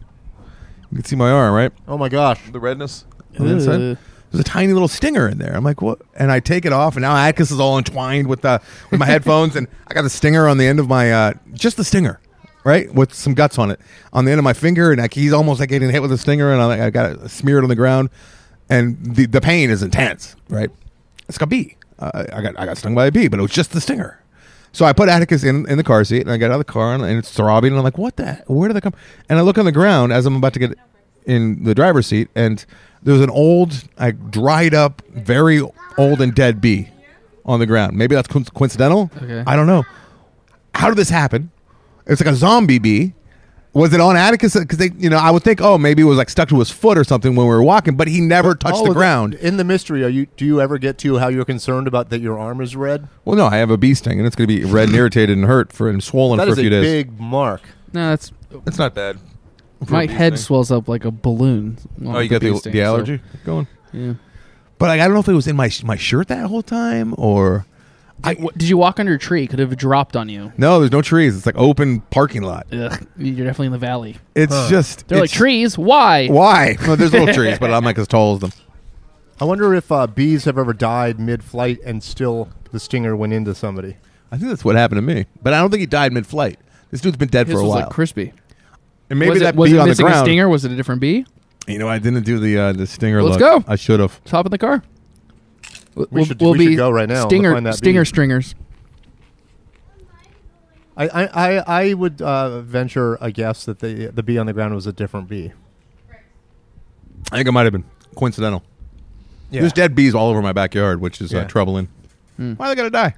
Speaker 1: can see my arm right
Speaker 2: Oh my gosh.
Speaker 1: the redness
Speaker 3: on the inside. Ugh.
Speaker 1: There's a tiny little stinger in there. I'm like, what? And I take it off, and now Atticus is all entwined with the with my headphones, and I got the stinger on the end of my uh, just the stinger, right, with some guts on it on the end of my finger, and like he's almost like getting hit with a stinger, and I, like, I got it smeared on the ground, and the the pain is intense, right? It's like a bee. Uh, I got I got stung by a bee, but it was just the stinger. So I put Atticus in, in the car seat, and I got out of the car, and, and it's throbbing, and I'm like, "What the? Where did that come?" And I look on the ground as I'm about to get in the driver's seat, and there's an old, like, dried up, very old and dead bee on the ground. Maybe that's coinc- coincidental.
Speaker 3: Okay.
Speaker 1: I don't know. How did this happen? It's like a zombie bee. Was it on Atticus? Because they, you know, I would think, oh, maybe it was like stuck to his foot or something when we were walking, but he never touched
Speaker 2: All
Speaker 1: the
Speaker 2: of
Speaker 1: ground.
Speaker 2: in the mystery, are you? Do you ever get to how you're concerned about that your arm is red?
Speaker 1: Well, no, I have a bee sting, and it's going to be red and irritated and hurt for and swollen
Speaker 2: That
Speaker 1: for
Speaker 2: is
Speaker 1: a few
Speaker 2: a
Speaker 1: days.
Speaker 2: big mark.
Speaker 3: No, that's
Speaker 1: It's not bad.
Speaker 3: my head swells up like a balloon.
Speaker 1: eh? Oh, you got the, the allergy going.
Speaker 3: yeah.
Speaker 1: But like, I don't know if it was in my sh- my shirt that whole time or I
Speaker 3: Wha- Did you walk under a tree? Could have dropped on you.
Speaker 1: no. There's no trees. It's like open parking lot.
Speaker 3: Ugh, you're definitely in the valley.
Speaker 1: It's just
Speaker 3: They're like
Speaker 1: it's-
Speaker 3: trees. Why?
Speaker 1: Why? Well, there's little trees, but I'm like as tall as them.
Speaker 2: I wonder if uh, bees have ever died mid-flight and still the stinger went into somebody.
Speaker 1: I think that's what happened to me. But I don't think he died mid-flight. This dude's been dead
Speaker 3: His
Speaker 1: for a
Speaker 3: was
Speaker 1: while.
Speaker 3: like crispy.
Speaker 1: and maybe
Speaker 3: was
Speaker 1: that
Speaker 3: it, was
Speaker 1: bee
Speaker 3: it
Speaker 1: on the
Speaker 3: missing
Speaker 1: ground.
Speaker 3: a stinger? Was it a different bee?
Speaker 1: You know, I didn't do the uh, the stinger.
Speaker 3: Let's
Speaker 1: look.
Speaker 3: go.
Speaker 1: I should have.
Speaker 3: Let's hop in the car. We
Speaker 2: should- we should go right now to
Speaker 3: Stinger,
Speaker 2: find that
Speaker 3: stinger,
Speaker 2: bee.
Speaker 3: stringers.
Speaker 2: I I, I, I would uh, venture a guess that the the bee on the ground was a different bee.
Speaker 1: I think it might have been coincidental. There's dead bees all over my backyard, which is uh,
Speaker 2: Yeah.
Speaker 1: troubling.
Speaker 3: Hmm.
Speaker 1: Why are they gonna die?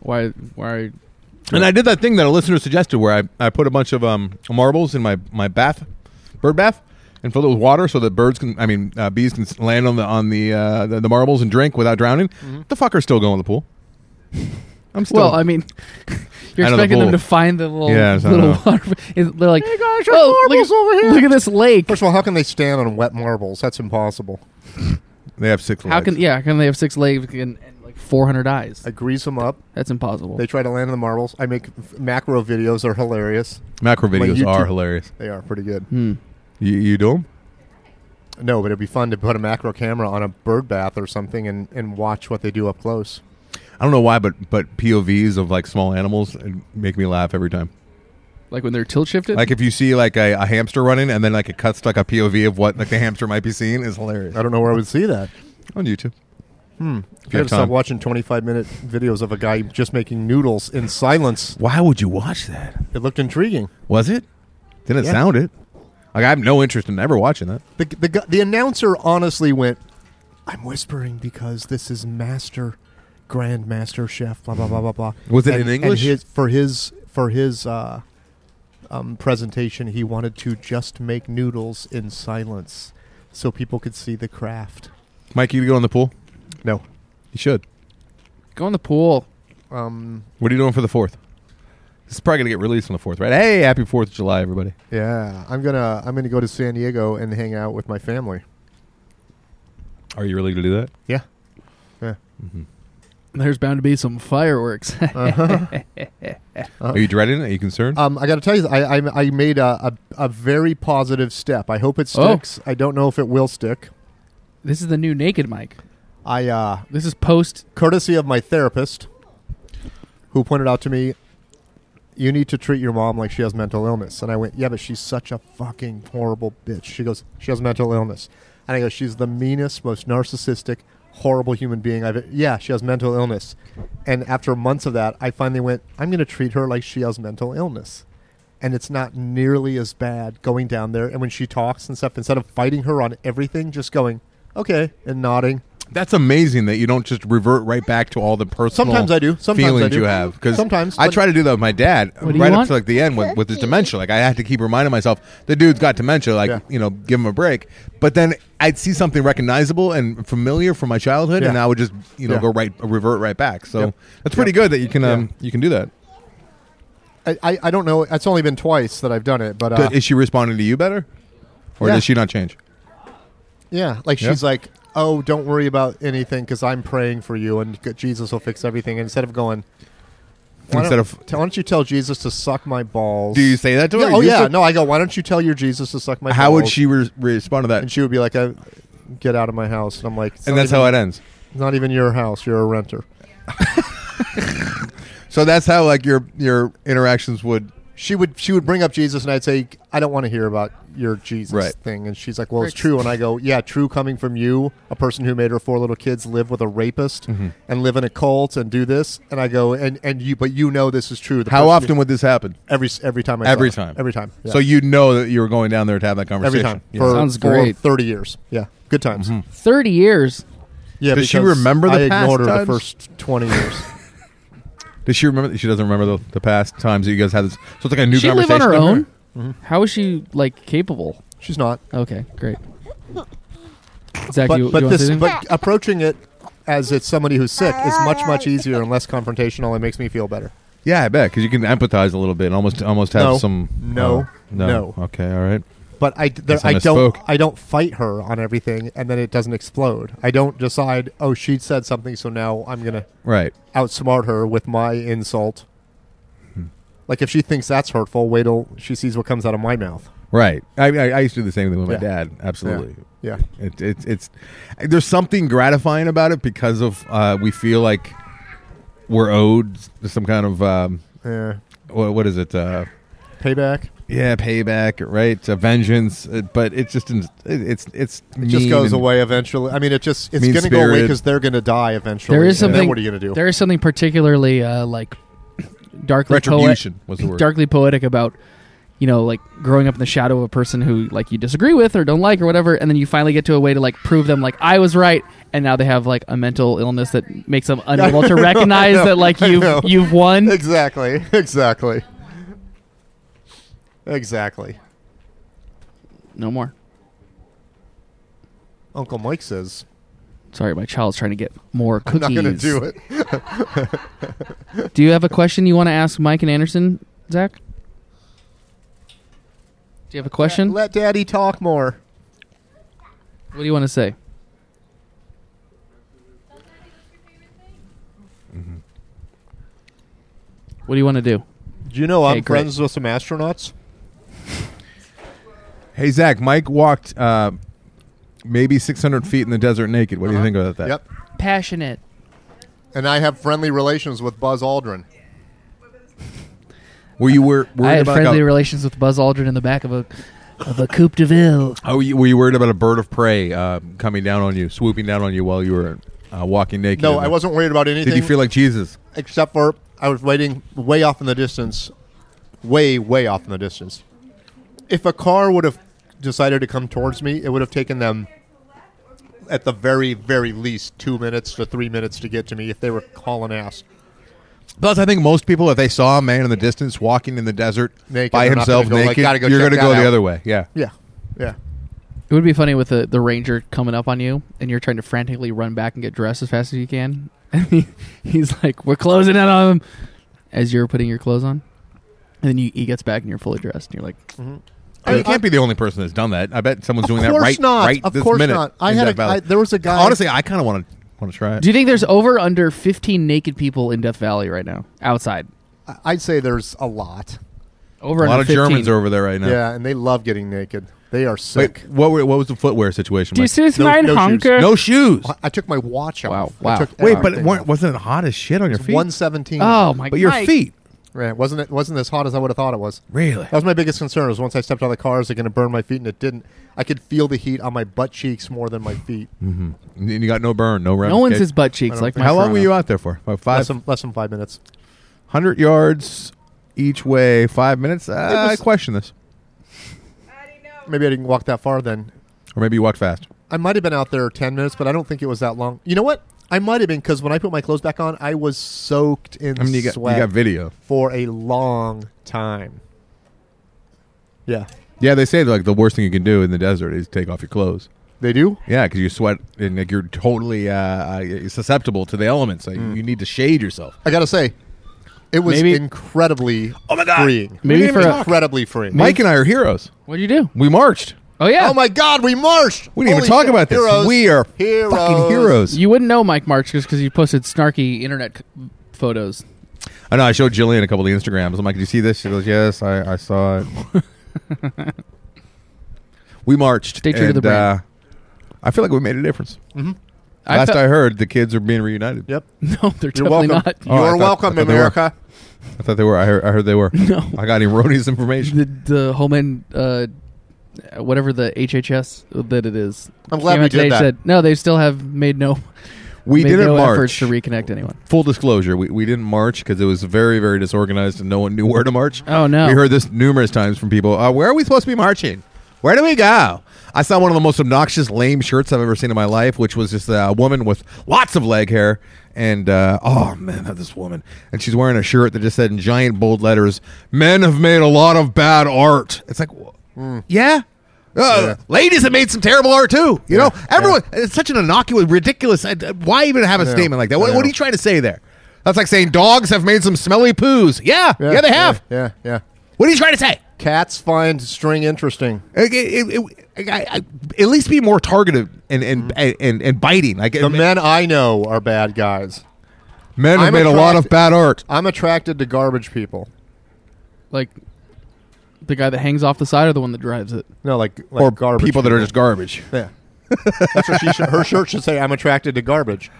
Speaker 3: Why? Why?
Speaker 1: And I did that thing that a listener suggested where I, I put a bunch of um, marbles in my, my bath, bird bath, and filled it with water so that birds can, I mean, uh, bees can s- land on the on the, uh, the the marbles and drink without drowning.
Speaker 3: Mm-hmm.
Speaker 1: The fuckers still go in the pool. I'm still.
Speaker 3: Well, I mean, you're
Speaker 1: Out of the
Speaker 3: expecting them
Speaker 1: bowl.
Speaker 3: to find the little
Speaker 1: Yes, I
Speaker 3: little
Speaker 1: know.
Speaker 3: water. it- They're like,
Speaker 2: gosh, there's
Speaker 3: oh, look
Speaker 2: marbles
Speaker 3: at,
Speaker 2: over here."
Speaker 3: look at this lake.
Speaker 2: First of all, how can they stand on wet marbles? That's impossible.
Speaker 1: they have six legs.
Speaker 3: How can e-, yeah? How can they have six legs and, and like 400 eyes?
Speaker 2: I grease them up.
Speaker 3: That's impossible.
Speaker 2: They try to land on the marbles. I make f- macro videos. They're hilarious.
Speaker 1: macro videos
Speaker 2: YouTube-
Speaker 1: are hilarious?
Speaker 2: They are pretty good.
Speaker 3: Hmm.
Speaker 1: You, you do them?
Speaker 2: No, but it'd be fun to put a macro camera on a bird bath or something and, and watch what they do up close.
Speaker 1: I don't know why, but but POVs of like small animals uh, make me laugh every time.
Speaker 3: Like when they're tilt shifted.
Speaker 1: Like if you see like a, a hamster running and then like it cuts to, like a POV of what like the hamster might be seeing is hilarious
Speaker 2: I don't know where I would see that.
Speaker 1: on YouTube.
Speaker 2: Hmm.
Speaker 1: If you
Speaker 2: You
Speaker 1: have
Speaker 2: gotta stop
Speaker 1: time.
Speaker 2: watching 25 minute videos of a guy just making noodles in silence.
Speaker 1: Why would you watch that?
Speaker 2: It looked intriguing.
Speaker 1: Was it? Didn't
Speaker 2: Yeah.
Speaker 1: sound it. Like I have no interest in ever watching that.
Speaker 2: The, the, gu- the announcer honestly went, I'm whispering because this is master, grand master chef, blah, blah, blah, blah, blah.
Speaker 1: Was it
Speaker 2: And-
Speaker 1: in English?
Speaker 2: And his, for his, for his uh, um, presentation, he wanted to just make noodles in silence so people could see the craft.
Speaker 1: Mike, you go in the pool.
Speaker 2: No.
Speaker 1: You should.
Speaker 3: Go in the pool.
Speaker 2: Um,
Speaker 1: What are you doing for the fourth? This is probably gonna get released on the fourth, right? Hey, happy Fourth of July, everybody!
Speaker 2: yeah, I'm gonna I'm gonna go to San Diego and hang out with my family.
Speaker 1: Are you really gonna do that?
Speaker 2: Yeah.
Speaker 3: There's bound to be some fireworks.
Speaker 1: Are you dreading it? Are you concerned?
Speaker 2: Um, I got to tell you, I I, I made a, a a very positive step. I hope it
Speaker 3: Oh.
Speaker 2: sticks. I don't know if it will stick.
Speaker 3: this is the new naked mic.
Speaker 2: I uh,
Speaker 3: This is post.
Speaker 2: courtesy of my therapist, who pointed out to me, you need to treat your mom like she has mental illness. And I went, yeah, but she's such a fucking horrible bitch. She goes, she has mental illness. And I go, she's the meanest, most narcissistic, horrible human being I've. e-" Yeah, she has mental illness. And after months of that, I finally went, I'm going to treat her like she has mental illness. And it's not nearly as bad going down there. And when she talks and stuff, instead of fighting her on everything, just going, okay, and nodding.
Speaker 1: That's amazing that you don't just revert right back to all the personal
Speaker 2: Sometimes I do. Sometimes
Speaker 1: feelings
Speaker 2: I do.
Speaker 1: you have. Because
Speaker 2: Sometimes,
Speaker 1: I
Speaker 2: but-
Speaker 1: try to do that with my dad
Speaker 3: What do you
Speaker 1: right up
Speaker 3: want?
Speaker 1: to like the end with, with his dementia. Like I had to keep reminding myself the dude's got dementia. Like
Speaker 2: Yeah.
Speaker 1: you know, give him a break. But then I'd see something recognizable and familiar from my childhood,
Speaker 2: Yeah.
Speaker 1: and I would just you know
Speaker 2: Yeah.
Speaker 1: go right revert right back. So
Speaker 2: Yep.
Speaker 1: that's pretty good that you can um, you can do that.
Speaker 2: I, I, I don't know. It's only been twice that I've done it, but uh,
Speaker 1: But is she responding to you better, or
Speaker 2: Yeah.
Speaker 1: does she not change?
Speaker 2: yeah, like
Speaker 1: Yeah.
Speaker 2: she's like, "Oh, don't worry about anything because I'm praying for you and g- Jesus will fix everything." Instead of going, why
Speaker 1: Instead
Speaker 2: don't-
Speaker 1: of
Speaker 2: why don't you tell Jesus to suck my balls?
Speaker 1: do you say that to her?
Speaker 2: Yeah, oh
Speaker 1: You
Speaker 2: yeah,
Speaker 1: said-
Speaker 2: no, I go. Why don't you tell your Jesus to suck my?
Speaker 1: How would
Speaker 2: balls?"
Speaker 1: she re- respond to that?
Speaker 2: And she would be like, "I get out of my house." And I'm like,
Speaker 1: and that's how it ends.
Speaker 2: It's not even your house. You're a renter.
Speaker 1: So that's how like your your interactions would
Speaker 2: She would she would bring up Jesus, and I'd say, "I don't want to hear about your Jesus
Speaker 1: Right.
Speaker 2: thing." And she's like, "Well, it's true." And I go, "Yeah, true, coming from you, a person who made her four little kids live with a rapist
Speaker 1: Mm-hmm.
Speaker 2: and live in a cult and do this." And I go, "And and you, but you know this is true." The
Speaker 1: How
Speaker 2: person-
Speaker 1: often would this happen?
Speaker 2: Every every time. I
Speaker 1: Every
Speaker 2: saw her.
Speaker 1: time.
Speaker 2: Every time. yeah.
Speaker 1: So you'd know that you were going down there to have that
Speaker 2: every
Speaker 1: conversation.
Speaker 2: time
Speaker 1: Yeah. Mm-hmm.
Speaker 2: for,
Speaker 3: Sounds
Speaker 2: for
Speaker 3: great.
Speaker 2: Thirty years. Yeah, good times.
Speaker 3: Thirty years.
Speaker 2: Yeah.
Speaker 1: Does she
Speaker 2: because
Speaker 1: remember the
Speaker 2: I
Speaker 1: past
Speaker 2: ignored her
Speaker 1: times?
Speaker 2: the first twenty years.
Speaker 1: Does she remember? She doesn't remember the, the past times that you guys had this. So it's like a new
Speaker 3: she live
Speaker 1: conversation. Mm-hmm.
Speaker 3: on her
Speaker 1: to
Speaker 3: own. How is she like capable?
Speaker 2: She's not.
Speaker 3: Okay, great. Zach,
Speaker 2: but
Speaker 3: you,
Speaker 2: but
Speaker 3: you want to
Speaker 2: this
Speaker 3: say anything?
Speaker 2: but approaching it as it's somebody who's sick is much much easier and less confrontational. It makes me feel better.
Speaker 1: Yeah, I bet because you can empathize a little bit and almost almost have
Speaker 2: No.
Speaker 1: some.
Speaker 2: No.
Speaker 1: oh, no. Okay. All right.
Speaker 2: But I there,
Speaker 1: Guess I
Speaker 2: I don't
Speaker 1: misspoke.
Speaker 2: I don't fight her on everything, and then it doesn't explode. I don't decide. Oh, she said something, so now I'm gonna
Speaker 1: Right.
Speaker 2: outsmart her with my insult.
Speaker 1: Hmm.
Speaker 2: Like if she thinks that's hurtful, wait till she sees what comes out of my mouth.
Speaker 1: Right. I, I, I used to do the same thing with my
Speaker 2: Yeah.
Speaker 1: dad. Absolutely.
Speaker 2: Yeah.
Speaker 1: It, it, it's there's something gratifying about it because of uh, we feel like we're owed some kind of um,
Speaker 2: Yeah.
Speaker 1: what, what is it? Uh,
Speaker 2: Eh, Payback.
Speaker 1: yeah, payback, right? Uh, vengeance, uh, but it just it, it's it's
Speaker 2: It just goes away eventually. I mean, it just it's gonna go away
Speaker 1: mean-spirited.
Speaker 2: because they're gonna die eventually.
Speaker 3: there is
Speaker 2: and
Speaker 3: something.
Speaker 2: Then what are you gonna do?
Speaker 3: There is something particularly uh, like darkly poetic,
Speaker 1: Retribution was the word.
Speaker 3: darkly poetic about you know like growing up in the shadow of a person who like you disagree with or don't like or whatever, and then you finally get to a way to like prove them like I was right, and now they have like a mental illness that makes them unable to recognize
Speaker 2: know,
Speaker 3: that like
Speaker 2: I
Speaker 3: you've
Speaker 2: know.
Speaker 3: you've won.
Speaker 2: exactly. Exactly. Exactly.
Speaker 3: No more.
Speaker 2: Uncle Mike says
Speaker 3: Sorry, my child's trying to get more cookies.
Speaker 2: I'm not going to do it.
Speaker 3: Do you have a question you want to ask Mike and Anderson, Zach? Do you have a question?
Speaker 2: Let Daddy talk more.
Speaker 3: What do you want to say? What do you want to do?
Speaker 2: Do you know
Speaker 3: Okay,
Speaker 2: I'm
Speaker 3: great.
Speaker 2: friends with some astronauts?
Speaker 1: Hey Zach, Mike walked uh, maybe 600 feet in the desert naked. What do you think about that?
Speaker 2: Uh-huh. Yep.
Speaker 3: Passionate.
Speaker 2: And I have friendly relations with Buzz Aldrin.
Speaker 1: Were you wor- worried
Speaker 3: I had
Speaker 1: about
Speaker 3: friendly
Speaker 1: like, a-
Speaker 3: relations with Buzz Aldrin in the back of a of a Coupe de Ville.
Speaker 1: Oh, you, were you worried about a bird of prey uh, coming down on you, swooping down on you while you were uh, walking naked?
Speaker 2: No,
Speaker 1: And
Speaker 2: I wasn't worried about anything.
Speaker 1: Did you feel like Jesus?
Speaker 2: except for I was waiting way off in the distance, way way off in the distance. If a car would have decided to come towards me, it would have taken them at the very very least two minutes to three minutes to get to me if they were calling ass.
Speaker 1: Plus, I think most people, if they saw a man in the distance walking in the desert
Speaker 2: Naked,
Speaker 1: by
Speaker 2: they're not
Speaker 1: himself
Speaker 2: gonna go, like,
Speaker 1: naked,
Speaker 2: "Gotta go
Speaker 1: you're
Speaker 2: check
Speaker 1: going to
Speaker 2: that
Speaker 1: go the
Speaker 2: out."
Speaker 1: other way. Yeah.
Speaker 2: Yeah, yeah.
Speaker 3: It would be funny with the, the ranger coming up on you and you're trying to frantically run back and get dressed as fast as you can. And he, he's like, We're closing in on him as you're putting your clothes on. And then you, he gets back and you're fully dressed and you're like,
Speaker 1: you can't be the only person that's done that. I bet someone's doing that
Speaker 2: of course
Speaker 1: right,
Speaker 2: not.
Speaker 1: right
Speaker 2: of
Speaker 1: this
Speaker 2: course
Speaker 1: minute.
Speaker 2: not. I
Speaker 1: in
Speaker 2: had
Speaker 1: Death
Speaker 2: a
Speaker 1: Valley.
Speaker 2: I, there was a guy.
Speaker 1: Honestly, I kind of want to want to try it.
Speaker 3: Do you think there's over under 15 naked people in Death Valley right now? Outside.
Speaker 2: I- I'd say there's a lot.
Speaker 1: a
Speaker 3: Over under
Speaker 1: lot of
Speaker 3: 15.
Speaker 1: Germans are over there right now.
Speaker 2: Yeah, and they love getting naked. They are sick.
Speaker 1: Wait, what, were, what was the footwear situation?
Speaker 3: Do you
Speaker 1: Mike?
Speaker 3: see this
Speaker 2: No-
Speaker 3: man
Speaker 2: no shoes.
Speaker 3: hunker?
Speaker 1: no shoes.
Speaker 2: I- I took my watch off.
Speaker 3: Wow,
Speaker 2: I
Speaker 3: wow.
Speaker 1: Wait,
Speaker 2: took
Speaker 1: but it
Speaker 2: everything
Speaker 1: weren't,
Speaker 2: off.
Speaker 1: wasn't it hot as shit on your feet?
Speaker 2: 117.
Speaker 3: Oh, my
Speaker 1: but your
Speaker 3: Mike.
Speaker 1: feet,
Speaker 2: Right, it wasn't it wasn't as hot as I would have thought it was.
Speaker 1: really?
Speaker 2: That was my biggest concern. Was once I stepped out of the car, is it going to burn my feet? And it didn't. I could feel the heat on my butt cheeks more than my feet.
Speaker 1: Mm. And you got no burn, no
Speaker 3: No one's
Speaker 1: ramifications.
Speaker 3: his butt cheeks like my
Speaker 1: How long
Speaker 3: Toronto.
Speaker 1: were you out there for? About
Speaker 2: Less
Speaker 1: five
Speaker 2: than, less than five minutes.
Speaker 1: hundred yards each way, five minutes. Uh, I
Speaker 2: was-
Speaker 1: question this,
Speaker 2: Maybe I didn't walk that far then.
Speaker 1: or maybe you walked fast.
Speaker 2: I might have been out there ten minutes, but I don't think it was that long. You know what? I might have been because when I put my clothes back on, I was soaked in
Speaker 1: I mean, you got
Speaker 2: sweat
Speaker 1: you got video.
Speaker 2: for a long time. Yeah,
Speaker 1: Yeah, they say like the worst thing you can do in the desert is take off your clothes.
Speaker 2: they do.
Speaker 1: Yeah, because you sweat and like you're totally uh, uh, susceptible to the elements.
Speaker 3: Mm.
Speaker 1: Like, You need to shade yourself.
Speaker 2: I gotta say, it was
Speaker 3: Maybe-
Speaker 2: incredibly
Speaker 1: Oh my God.
Speaker 2: freeing.
Speaker 3: Maybe
Speaker 1: We didn't
Speaker 3: for
Speaker 1: even
Speaker 3: a-
Speaker 1: talk.
Speaker 2: Incredibly freeing.
Speaker 1: Mike and I are heroes.
Speaker 3: What'd you do?
Speaker 1: We marched.
Speaker 3: Oh, yeah.
Speaker 2: Oh my God, we marched.
Speaker 1: We didn't
Speaker 2: Holy
Speaker 1: even talk
Speaker 2: shit.
Speaker 1: about this.
Speaker 2: Heroes.
Speaker 1: We are
Speaker 2: Heroes.
Speaker 1: fucking heroes.
Speaker 3: You wouldn't know Mike March because he posted snarky internet c- photos.
Speaker 1: I know. I showed Jillian a couple of the Instagrams. I'm like, "Did you see this?" She goes, "Yes, I, I saw it." we marched.
Speaker 3: Stay true to the
Speaker 1: and,
Speaker 3: brand. Mm-hmm.
Speaker 1: Uh, I feel like we made a difference.
Speaker 3: I
Speaker 1: Last
Speaker 3: fe-
Speaker 1: I heard, the kids are being reunited.
Speaker 2: Yep.
Speaker 3: No, they're
Speaker 2: You're welcome.
Speaker 3: definitely not.
Speaker 1: Oh, I
Speaker 2: You're
Speaker 1: thought- I
Speaker 2: welcome,
Speaker 1: thought they were.
Speaker 2: America.
Speaker 1: I thought they were. I heard, I heard they were.
Speaker 3: No.
Speaker 1: I got erroneous information.
Speaker 3: the the Homeland, uh, whatever the HHS that it is.
Speaker 2: I'm glad
Speaker 3: came
Speaker 2: we
Speaker 3: out
Speaker 2: did
Speaker 3: today
Speaker 2: that.
Speaker 3: Said, no, they still have made no
Speaker 1: We
Speaker 3: made
Speaker 1: didn't
Speaker 3: no
Speaker 1: march.
Speaker 3: efforts to reconnect anyone.
Speaker 1: Full disclosure, we, we didn't march because it was very, very disorganized and no one knew where to march.
Speaker 3: Oh, no.
Speaker 1: We heard this numerous times from people. Uh, where are we supposed to be marching? Where do we go? I saw one of the most obnoxious, lame shirts I've ever seen in my life, which was just uh, a woman with lots of leg hair. And, uh, oh, man, this woman. And she's wearing a shirt that just said in giant bold letters, Men have made a lot of bad art. It's like, wh- yeah. Uh, Ladies have made some terrible art too. You know, everyone. It's such an innocuous, ridiculous. uh, Why even have a statement like that? What,
Speaker 2: I
Speaker 1: what are
Speaker 2: know.
Speaker 1: you trying to say there? That's like saying dogs have made some smelly poos. Yeah, yeah, they have.
Speaker 2: Yeah, yeah.
Speaker 1: What are you trying to say?
Speaker 2: Cats find string interesting.
Speaker 1: Like, it- it- it- I- I- at least be more targeted and and and, and, and biting. Like
Speaker 2: The men I know are bad guys.
Speaker 1: men
Speaker 2: I'm
Speaker 1: have made a lot
Speaker 2: attracted-
Speaker 1: of bad art.
Speaker 2: I'm attracted to garbage people.
Speaker 3: Like the guy that hangs off the side or the one that drives it.
Speaker 2: No, like, like
Speaker 1: Or
Speaker 2: garbage
Speaker 1: people that are just garbage.
Speaker 2: Yeah. That's what she should, her shirt should say. I'm attracted to garbage.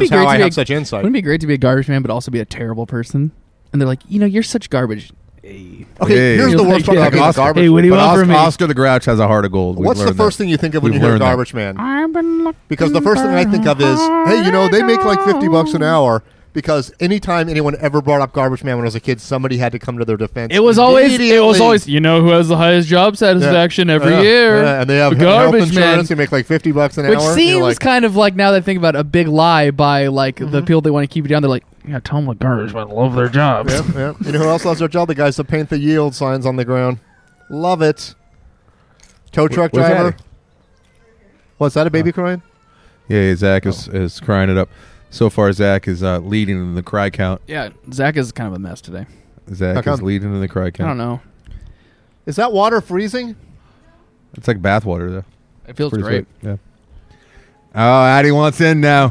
Speaker 2: Which
Speaker 3: it be
Speaker 2: is
Speaker 3: great
Speaker 2: how
Speaker 3: to
Speaker 2: I
Speaker 3: be
Speaker 2: have
Speaker 3: a,
Speaker 2: such insight.
Speaker 3: Wouldn't it be great to be a garbage man, but also be a terrible person? And they're like, you know, you're such garbage.
Speaker 2: Okay,
Speaker 1: Hey.
Speaker 2: here's the
Speaker 3: You're
Speaker 2: worst part
Speaker 3: like, yeah.
Speaker 2: about being a
Speaker 1: Oscar-
Speaker 2: garbage.
Speaker 3: Hey, what do you
Speaker 1: but
Speaker 3: want
Speaker 1: Os-
Speaker 3: from me?
Speaker 1: Oscar the Grouch has a heart of gold. We've
Speaker 2: What's the
Speaker 1: learned
Speaker 2: first
Speaker 1: that.
Speaker 2: thing you think of when
Speaker 1: We've
Speaker 2: you hear
Speaker 1: learned that.
Speaker 2: garbage man?
Speaker 3: I've been looking
Speaker 2: Because the first thing I think of is, hey, you know, they make like 50 bucks an hour. Because anytime anyone ever brought up garbage man when I was a kid, somebody had to come to their defense.
Speaker 3: It was always. It was
Speaker 2: Immediately.
Speaker 3: always. You know who has the highest job satisfaction every
Speaker 2: Yeah.
Speaker 3: year?
Speaker 2: Yeah, and they have
Speaker 3: The
Speaker 2: health
Speaker 3: garbage man.
Speaker 2: insurance. They make like fifty bucks an
Speaker 3: Which
Speaker 2: hour. and you're
Speaker 3: seems
Speaker 2: like, Mm-hmm.
Speaker 3: kind of like now that I think about it, a big lie by like the people that want to keep you down. They're like,
Speaker 5: Yeah, tell them the garbage, but love their job.
Speaker 2: Yep, yep. You know who else loves their job? The guys that paint the yield signs on the ground. Love it. Tow truck
Speaker 1: where's
Speaker 2: driver.
Speaker 1: Daddy?
Speaker 2: Was that a baby crying?
Speaker 1: Yeah, yeah, Zach is, is crying it up. So far, Zach is uh, leading in the cry count.
Speaker 3: yeah, Zach is kind of a mess today.
Speaker 1: Zach
Speaker 2: How
Speaker 1: is
Speaker 2: come?
Speaker 1: leading in the cry count.
Speaker 3: I don't know.
Speaker 2: Is that water freezing?
Speaker 1: It's like bathwater, though.
Speaker 3: It feels
Speaker 1: Pretty
Speaker 3: great.
Speaker 1: sweet. Yeah. Oh, Addy wants in now.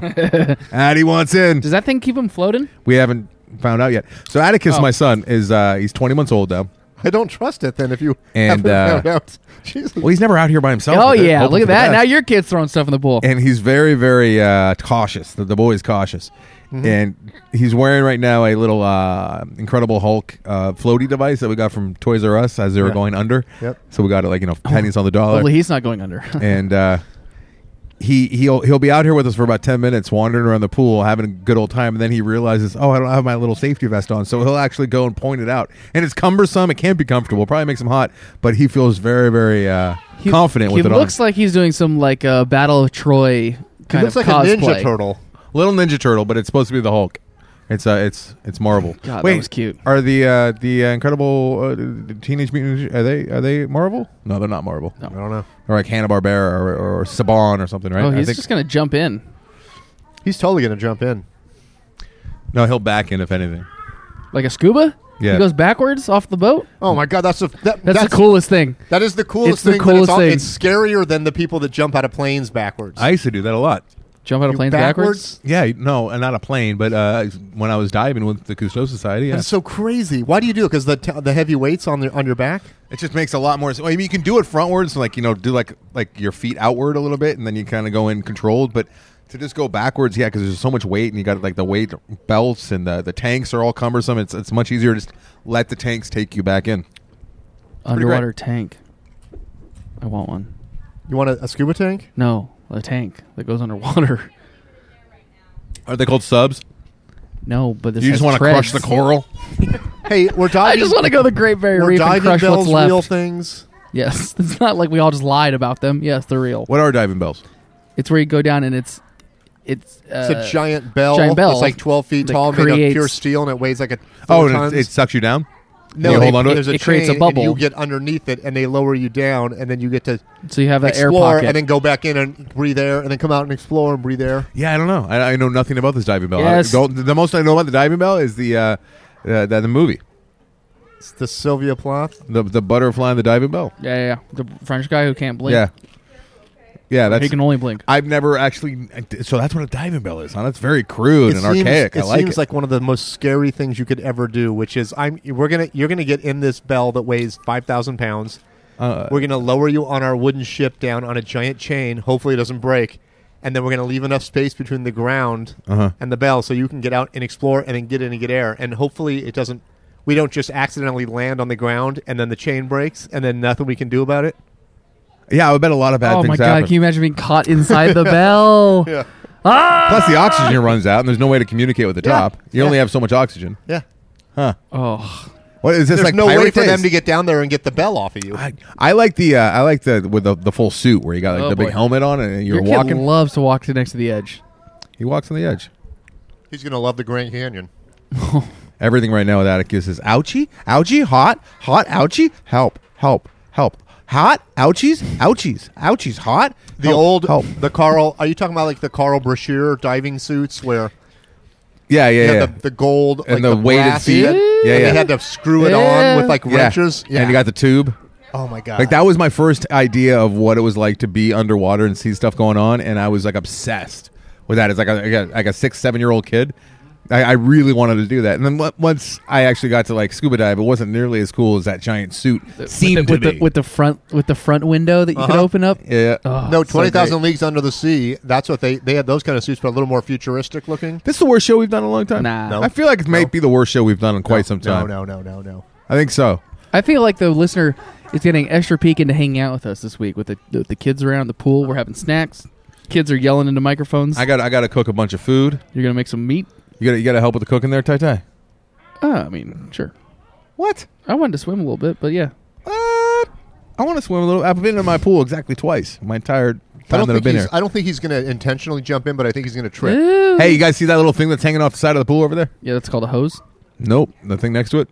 Speaker 1: Addy wants in.
Speaker 3: Does that thing keep him floating?
Speaker 1: We haven't found out yet. So Atticus,
Speaker 3: Oh.
Speaker 1: my son, is uh, he's 20 months old now.
Speaker 2: I don't trust it then if you
Speaker 1: And,
Speaker 2: haven't
Speaker 1: uh,
Speaker 2: found out. Jesus.
Speaker 1: Well, he's never out here by himself.
Speaker 3: Oh
Speaker 1: with it,
Speaker 3: yeah,
Speaker 1: hoping
Speaker 3: look
Speaker 1: for
Speaker 3: at
Speaker 1: the best.
Speaker 3: that. Now your kid's throwing stuff in the pool.
Speaker 1: and he's very, very uh, cautious. The, the boy's cautious,
Speaker 2: Mm-hmm.
Speaker 1: and he's wearing right now a little uh, Incredible Hulk uh, floaty device that we got from Toys R Us as they were
Speaker 2: Yeah.
Speaker 1: going under.
Speaker 2: Yep.
Speaker 1: So we got it like you know pennies on the
Speaker 2: uh,
Speaker 1: dollar,
Speaker 3: Hopefully he's not going under.
Speaker 1: and uh, he he'll he'll be out here with us for about ten minutes, wandering around the pool, having a good old time, and then he realizes, oh, I don't have my little safety vest on, so he'll actually go and point it out, and it's cumbersome. It can't be comfortable. Probably makes him hot, but he feels very, very uh,
Speaker 3: He-
Speaker 1: confident
Speaker 3: He
Speaker 1: with it on.
Speaker 3: looks like he's doing some like uh, Battle of Troy
Speaker 2: He
Speaker 3: kind
Speaker 2: looks
Speaker 3: of
Speaker 2: like a ninja
Speaker 3: cosplay.
Speaker 2: turtle.
Speaker 1: Little Ninja Turtle, but it's supposed to be the Hulk. It's uh, it's it's Marvel.
Speaker 3: God, that
Speaker 1: Wait,
Speaker 3: was cute.
Speaker 1: Are the uh, the uh, Incredible uh, the Teenage Mutant? Are they are they Marvel? No, they're not Marvel.
Speaker 3: No.
Speaker 2: I don't know.
Speaker 1: Or like Hanna Barbera or, or Saban or something, right?
Speaker 3: Oh,
Speaker 1: I
Speaker 3: he's
Speaker 1: think-
Speaker 3: just gonna jump in.
Speaker 2: He's totally going to jump in.
Speaker 1: no, he'll back in if anything.
Speaker 3: Like a scuba?
Speaker 1: Yeah.
Speaker 3: He goes backwards off the boat?
Speaker 2: Oh my god, that's the that,
Speaker 3: That's, the coolest thing.
Speaker 2: That is the coolest
Speaker 3: It's the
Speaker 2: thing.
Speaker 3: coolest
Speaker 2: but
Speaker 3: thing.
Speaker 2: it's, all- it's scarier than the people that jump out of planes backwards.
Speaker 1: I used to do that a lot.
Speaker 3: Jump out of
Speaker 2: You
Speaker 3: planes backwards?
Speaker 1: Yeah, no, and not a plane, but uh, when I was diving with the Cousteau Society, yeah.
Speaker 2: That's so crazy. Why do you do it? Because the t- the heavy weights on the on your back.
Speaker 1: it just makes a lot more sense. I mean, you can do it frontwards, like you know, do like like your feet outward a little bit, and then you kind of go in controlled. But to just go backwards, yeah, because there's so much weight, and you got like the weight belts and the the tanks are all cumbersome. It's it's much easier to just let the tanks take you back in.
Speaker 3: Underwater tank. I want one.
Speaker 2: You want a, a scuba tank?
Speaker 3: No, a tank that goes underwater.
Speaker 1: Are they called subs?
Speaker 3: No, but this
Speaker 1: you just
Speaker 3: want to
Speaker 1: crush the coral?
Speaker 2: Hey, we're
Speaker 3: I
Speaker 2: diving.
Speaker 3: just want to go to the Great Barrier
Speaker 2: We're
Speaker 3: Reef and
Speaker 2: diving
Speaker 3: crush
Speaker 2: bells,
Speaker 3: what's left.
Speaker 2: real things.
Speaker 3: Yes, it's not like we all just lied about them. Yes, they're real.
Speaker 1: What are diving bells?
Speaker 3: It's where you go down and it's it's uh,
Speaker 2: It's a giant bell.
Speaker 3: giant bell
Speaker 2: It's like twelve feet
Speaker 3: that
Speaker 2: tall, made of
Speaker 3: creates-
Speaker 2: pure steel, and it weighs like a.
Speaker 1: Oh,
Speaker 2: four
Speaker 1: and
Speaker 2: tons.
Speaker 1: it, it sucks you down.
Speaker 2: no.
Speaker 1: you
Speaker 2: they-
Speaker 1: hold on to it?
Speaker 2: there's a
Speaker 3: It creates a
Speaker 2: chain, and
Speaker 3: bubble.
Speaker 2: you get underneath it, and they lower you down, and then you get to
Speaker 3: So you have that air
Speaker 2: explore,
Speaker 3: pocket.
Speaker 2: and then go back in and breathe air, and then come out and explore and breathe air.
Speaker 1: Yeah, I don't know. I, I know nothing about this diving bell. I
Speaker 3: Yes.
Speaker 1: don't- the most I know about the diving bell is the uh, uh, the, the movie,
Speaker 2: It's the Sylvia Plath.
Speaker 1: the the butterfly and the diving bell.
Speaker 3: yeah, yeah, yeah. The French guy who can't blink.
Speaker 1: Yeah, yeah. That's
Speaker 3: he can only blink.
Speaker 1: I've never actually. So that's what a diving bell is. Huh? That's very crude and archaic.
Speaker 2: It
Speaker 1: I like
Speaker 2: seems
Speaker 1: it.
Speaker 2: like one of the most scary things you could ever do, which is I'm we're gonna you're gonna get in this bell that weighs five thousand pounds.
Speaker 1: Uh,
Speaker 2: We're gonna lower you on our wooden ship down on a giant chain. Hopefully, it doesn't break. And then we're going to leave enough space between the ground
Speaker 1: Uh-huh.
Speaker 2: and the bell so you can get out and explore and then get in and get air. And hopefully, it doesn't. We don't just accidentally land on the ground and then the chain breaks and then nothing we can do about it.
Speaker 1: yeah, I bet a lot of bad
Speaker 3: oh
Speaker 1: things
Speaker 3: my god!
Speaker 1: happen.
Speaker 3: Can you imagine being caught inside the bell?
Speaker 2: Yeah.
Speaker 1: Plus, the oxygen runs out, and there's no way to communicate with the
Speaker 2: Yeah.
Speaker 1: top. You only
Speaker 2: Yeah.
Speaker 1: have so much oxygen.
Speaker 2: Yeah.
Speaker 1: Huh?
Speaker 3: Oh,
Speaker 1: What is this
Speaker 2: There's
Speaker 1: like?
Speaker 2: no way
Speaker 1: pirate
Speaker 2: for
Speaker 1: days?
Speaker 2: them to get down there and get the bell off of you.
Speaker 1: I, I like the uh, I like the with the, the full suit where you got like
Speaker 3: Oh,
Speaker 1: the big
Speaker 3: boy.
Speaker 1: helmet on and you're
Speaker 3: your kid
Speaker 1: walking.
Speaker 3: loves to walk to next to the edge.
Speaker 1: he walks on the edge.
Speaker 2: He's going to love the Grand Canyon.
Speaker 1: Everything right now with Atticus is ouchie, ouchie, hot, hot, ouchie, help, help, help, hot, ouchies, ouchies, ouchies, hot.
Speaker 2: The
Speaker 1: help,
Speaker 2: old,
Speaker 1: help.
Speaker 2: the Carl. Are you talking about like the Carl Brashear diving suits where
Speaker 1: Yeah, yeah,
Speaker 2: they
Speaker 1: yeah.
Speaker 2: had the, the gold
Speaker 1: and
Speaker 2: like
Speaker 1: the, weighted
Speaker 2: brass
Speaker 1: seat.
Speaker 2: head,
Speaker 1: Yeah,
Speaker 2: and
Speaker 1: yeah.
Speaker 2: They had to screw it
Speaker 3: Yeah.
Speaker 2: on with like
Speaker 1: Yeah.
Speaker 2: wrenches. Yeah.
Speaker 1: And you got the tube.
Speaker 2: oh my god.
Speaker 1: Like that was my first idea of what it was like to be underwater and see stuff going on, and I was like obsessed with that. It's like a, like a, like a six, seven year old kid. I, I really wanted to do that, and then on- once I actually got to like scuba dive, it wasn't nearly as cool as that giant suit seemed
Speaker 3: with the, with,
Speaker 1: to
Speaker 3: the,
Speaker 1: be.
Speaker 3: with the front with the front window that you could
Speaker 2: Uh-huh.
Speaker 3: open up.
Speaker 1: yeah.
Speaker 3: Oh,
Speaker 2: no
Speaker 3: so
Speaker 2: twenty thousand
Speaker 3: great.
Speaker 2: leagues under the sea. That's what they they had those kind of suits, but a little more futuristic looking.
Speaker 1: This is the worst show we've done in a long time.
Speaker 3: Nah. No.
Speaker 1: I feel like it might
Speaker 2: No.
Speaker 1: be the worst show we've done in quite some
Speaker 2: No,
Speaker 1: time.
Speaker 2: no, no, no, no.
Speaker 1: I think so.
Speaker 3: I feel like the listener is getting extra peek into hanging out with us this week with the with the kids around the pool. We're having snacks. Kids are yelling into microphones.
Speaker 1: I got I got to cook a bunch of food.
Speaker 3: You're gonna make some meat.
Speaker 1: You got you got to help with the cooking there, Tai Tai.
Speaker 3: Oh, I mean, sure.
Speaker 1: What?
Speaker 3: I wanted to swim a little bit, but yeah.
Speaker 1: Uh, I want to swim a little. I've been in my pool exactly twice. My entire
Speaker 2: I
Speaker 1: time
Speaker 2: don't
Speaker 1: that I've
Speaker 2: think
Speaker 1: been
Speaker 2: he's.
Speaker 1: here.
Speaker 2: I don't think he's going to intentionally jump in, but I think he's going to trip.
Speaker 3: Ooh.
Speaker 1: Hey, you guys see that little thing that's hanging off the side of the pool over there?
Speaker 3: Yeah, that's called a hose.
Speaker 1: Nope, the thing next to it.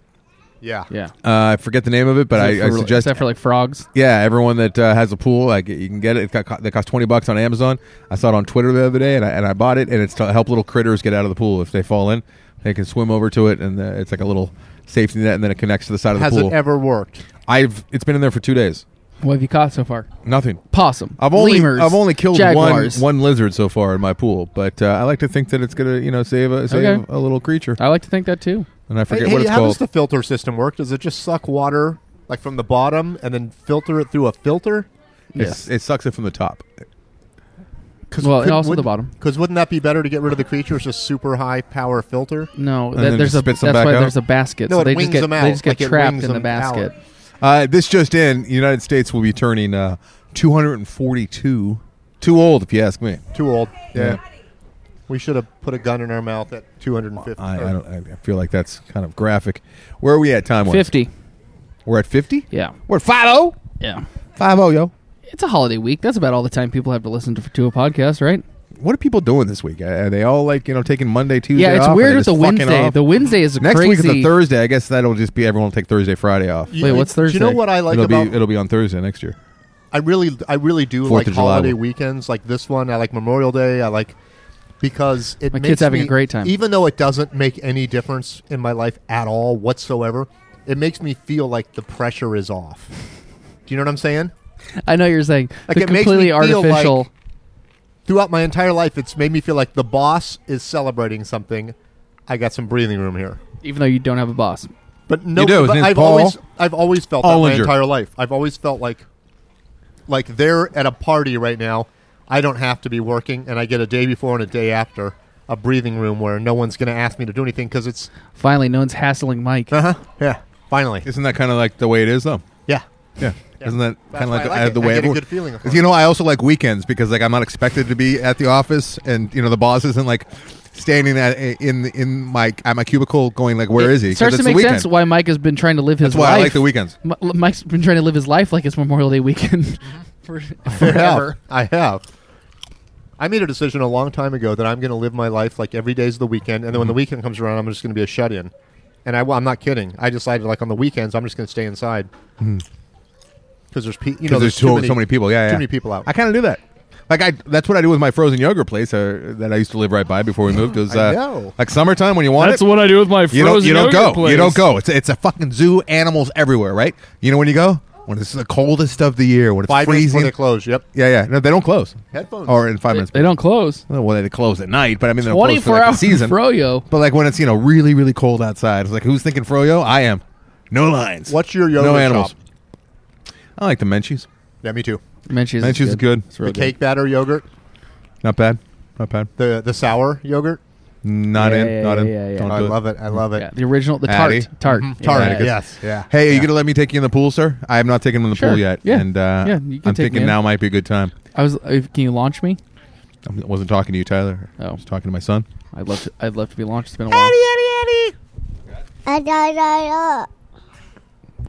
Speaker 2: Yeah.
Speaker 3: Yeah.
Speaker 1: Uh, I forget the name of it, but I, I
Speaker 3: Except for-
Speaker 1: suggest.
Speaker 3: except for like frogs.
Speaker 1: yeah, everyone that uh, has a pool, like you can get it. It got, co- that cost twenty bucks on Amazon. I saw it on Twitter the other day, and I, and I bought it, and it's to help little critters get out of the pool if they fall in. They can swim over to it, and uh, it's like a little safety net, and then it connects to the side of the
Speaker 2: Has
Speaker 1: pool.
Speaker 2: it ever worked?
Speaker 1: I've it's been in there for two days.
Speaker 3: What have you caught so far?
Speaker 1: Nothing.
Speaker 3: Possum.
Speaker 1: I've only
Speaker 3: lemurs.
Speaker 1: I've only killed one,
Speaker 3: jaguars.
Speaker 1: one lizard so far in my pool, but uh, I like to think that it's gonna you know save a save
Speaker 3: Okay. Uh,
Speaker 1: a little creature.
Speaker 3: I like to think that too.
Speaker 1: and I
Speaker 2: Hey,
Speaker 1: forget
Speaker 2: hey,
Speaker 1: what it's
Speaker 2: how
Speaker 1: called.
Speaker 2: does the filter system work? Does it just suck water like from the bottom and then filter it through a filter?
Speaker 1: It's- It sucks it from the top.
Speaker 2: Cause
Speaker 3: Well, and also the bottom.
Speaker 2: Because wouldn't that be better to get rid of the creatures just super high power filter?
Speaker 3: No,
Speaker 1: then
Speaker 3: that,
Speaker 1: it
Speaker 3: there's a
Speaker 1: spits
Speaker 3: that's
Speaker 1: 'em back
Speaker 3: why
Speaker 1: out?
Speaker 3: there's a basket.
Speaker 2: No,
Speaker 3: so
Speaker 2: it
Speaker 3: they
Speaker 2: wings
Speaker 3: just get
Speaker 2: them out,
Speaker 3: they just get
Speaker 2: like it
Speaker 3: trapped
Speaker 2: wings
Speaker 3: in the
Speaker 2: them out.
Speaker 3: basket.
Speaker 1: Uh, this just in: United States will be turning uh, 242. Too old, if you ask me.
Speaker 2: Too old.
Speaker 1: Yeah.
Speaker 2: We should have put a gun in our mouth at 250.
Speaker 1: I, I don't. I feel like that's kind of graphic. Where are we at time?
Speaker 3: Fifty.
Speaker 1: We're at fifty.
Speaker 3: Yeah.
Speaker 1: We're at five zero.
Speaker 3: Yeah.
Speaker 1: Five zero, yo.
Speaker 3: It's a holiday week. That's about all the time people have to listen to, to a podcast, right?
Speaker 1: What are people doing this week? Are they all like you know taking Monday, Tuesday?
Speaker 3: Yeah, it's
Speaker 1: off and
Speaker 3: weird
Speaker 1: they're
Speaker 3: with the
Speaker 1: just fucking
Speaker 3: Wednesday.
Speaker 1: off?
Speaker 3: The Wednesday is a
Speaker 1: Next
Speaker 3: crazy.
Speaker 1: week is a Thursday. I guess that'll just be everyone will take Thursday, Friday off.
Speaker 2: You-
Speaker 3: Wait,
Speaker 2: you-
Speaker 3: what's
Speaker 2: do You know
Speaker 3: Thursday?
Speaker 2: what I like
Speaker 1: it'll
Speaker 2: about
Speaker 1: be it'll be on Thursday next year.
Speaker 2: I really, I really do
Speaker 1: Fourth
Speaker 2: like
Speaker 1: of July
Speaker 2: holiday
Speaker 1: one.
Speaker 2: weekends, like this one. I like Memorial Day. I like because it.
Speaker 3: My
Speaker 2: makes
Speaker 3: kid's having a
Speaker 2: me-
Speaker 3: great time.
Speaker 2: even though it doesn't make any difference in my life at all whatsoever. It makes me feel like the pressure is off. Do you know what I'm saying?
Speaker 3: I know you're saying
Speaker 2: Like,
Speaker 3: the
Speaker 2: it makes
Speaker 3: completely
Speaker 2: me feel like-
Speaker 3: artificial.
Speaker 2: Throughout my entire life, it's made me feel like the boss is celebrating something. I got some breathing room here,
Speaker 3: even though you don't have a boss.
Speaker 2: but no.
Speaker 1: do. His
Speaker 2: But
Speaker 1: name's
Speaker 2: I've
Speaker 1: Paul
Speaker 2: always, I've always felt that my
Speaker 1: Ollinger.
Speaker 2: entire life. I've always felt like, like they're at a party right now. I don't have to be working, and I get a day before and a day after a breathing room where no one's going to ask me to do anything because it's
Speaker 3: Finally, no one's hassling Mike.
Speaker 1: Uh-huh.
Speaker 2: Uh huh. Yeah. Finally.
Speaker 1: Isn't that kind of like the way it is though?
Speaker 2: Yeah.
Speaker 1: Yeah. Isn't that
Speaker 2: That's
Speaker 1: kind of
Speaker 2: why
Speaker 1: like,
Speaker 2: I like
Speaker 1: uh,
Speaker 2: it.
Speaker 1: the
Speaker 2: I
Speaker 1: way
Speaker 2: get a
Speaker 1: everyone-
Speaker 2: good feeling of
Speaker 1: 'Cause, You know, I also like weekends because like I'm not expected to be at the office, and you know the boss isn't like standing at in in my at my cubicle going like, "Where is he?" 'Cause
Speaker 3: It starts to
Speaker 1: it's the
Speaker 3: make
Speaker 1: weekend.
Speaker 3: sense why Mike has been trying to live his
Speaker 1: That's why
Speaker 3: life.
Speaker 1: I like the weekends.
Speaker 3: M- Mike's been trying to live his life like it's Memorial Day weekend for,
Speaker 2: I have.
Speaker 3: forever.
Speaker 2: I have. I made a decision a long time ago that I'm going to live my life like every day's the weekend, and then
Speaker 1: Mm-hmm.
Speaker 2: when the weekend comes around, I'm just going to be a shut in. And I, am not kidding. I decided like on the weekends, I'm just going to stay inside because there's pe- you know
Speaker 1: Mm. 'Cause there's too, so many people. Yeah,
Speaker 2: too
Speaker 1: yeah.
Speaker 2: many people out.
Speaker 1: I kind of do that. Like I, that's what I do with my frozen yogurt place uh, that I used to live right by before we moved. Is
Speaker 2: I
Speaker 1: uh,
Speaker 2: know.
Speaker 1: like summertime when you want
Speaker 5: That's
Speaker 1: it.
Speaker 5: what I do with my frozen
Speaker 1: you don't, you don't
Speaker 5: yogurt
Speaker 1: go.
Speaker 5: place.
Speaker 1: You don't go. It's it's a fucking zoo. Animals everywhere. Right. You know when you go when it's the coldest of the year when it's
Speaker 2: Five minutes before
Speaker 1: freezing.
Speaker 2: they close. Yep.
Speaker 1: Yeah, yeah. No, they don't close.
Speaker 2: Headphones.
Speaker 1: Or in five minutes.
Speaker 3: They don't close.
Speaker 1: Well, well, they close at night, but I mean, they don't close for
Speaker 3: 24
Speaker 1: like, the
Speaker 3: hours
Speaker 1: season.
Speaker 3: froyo.
Speaker 1: but like when it's you know really really cold outside, it's like who's thinking froyo? I am. No lines.
Speaker 2: What's your yogurt
Speaker 1: no animals?
Speaker 2: shop?
Speaker 1: I like the Menchie's.
Speaker 2: Yeah, me too.
Speaker 3: Menchie's,
Speaker 1: Menchie's is good.
Speaker 3: It's real
Speaker 2: the cake batter yogurt,
Speaker 1: Not bad. Not bad.
Speaker 2: the the sour yogurt.
Speaker 1: Not
Speaker 3: Yeah,
Speaker 1: in.
Speaker 3: yeah,
Speaker 1: not in.
Speaker 3: yeah, yeah, yeah.
Speaker 1: Don't
Speaker 2: I
Speaker 1: do
Speaker 2: love it. I love it.
Speaker 3: Yeah, the original, the tart,
Speaker 1: Addy.
Speaker 3: tart,
Speaker 2: Mhm. Tart,
Speaker 3: Yeah.
Speaker 2: Yes. Yeah.
Speaker 1: Hey, are you gonna let me take you in the pool, sir? I have not taken him in the
Speaker 3: Sure.
Speaker 1: pool yet,
Speaker 3: Yeah.
Speaker 1: and uh,
Speaker 3: Yeah, you can
Speaker 1: I'm
Speaker 3: take me
Speaker 1: thinking
Speaker 3: in.
Speaker 1: now might be a good time.
Speaker 3: I was. uh, Can you launch me?
Speaker 1: I wasn't talking to you, Tyler.
Speaker 3: Oh.
Speaker 1: I was talking to my son.
Speaker 3: I'd love to. I'd love to be launched. It's been a while.
Speaker 6: I don't know.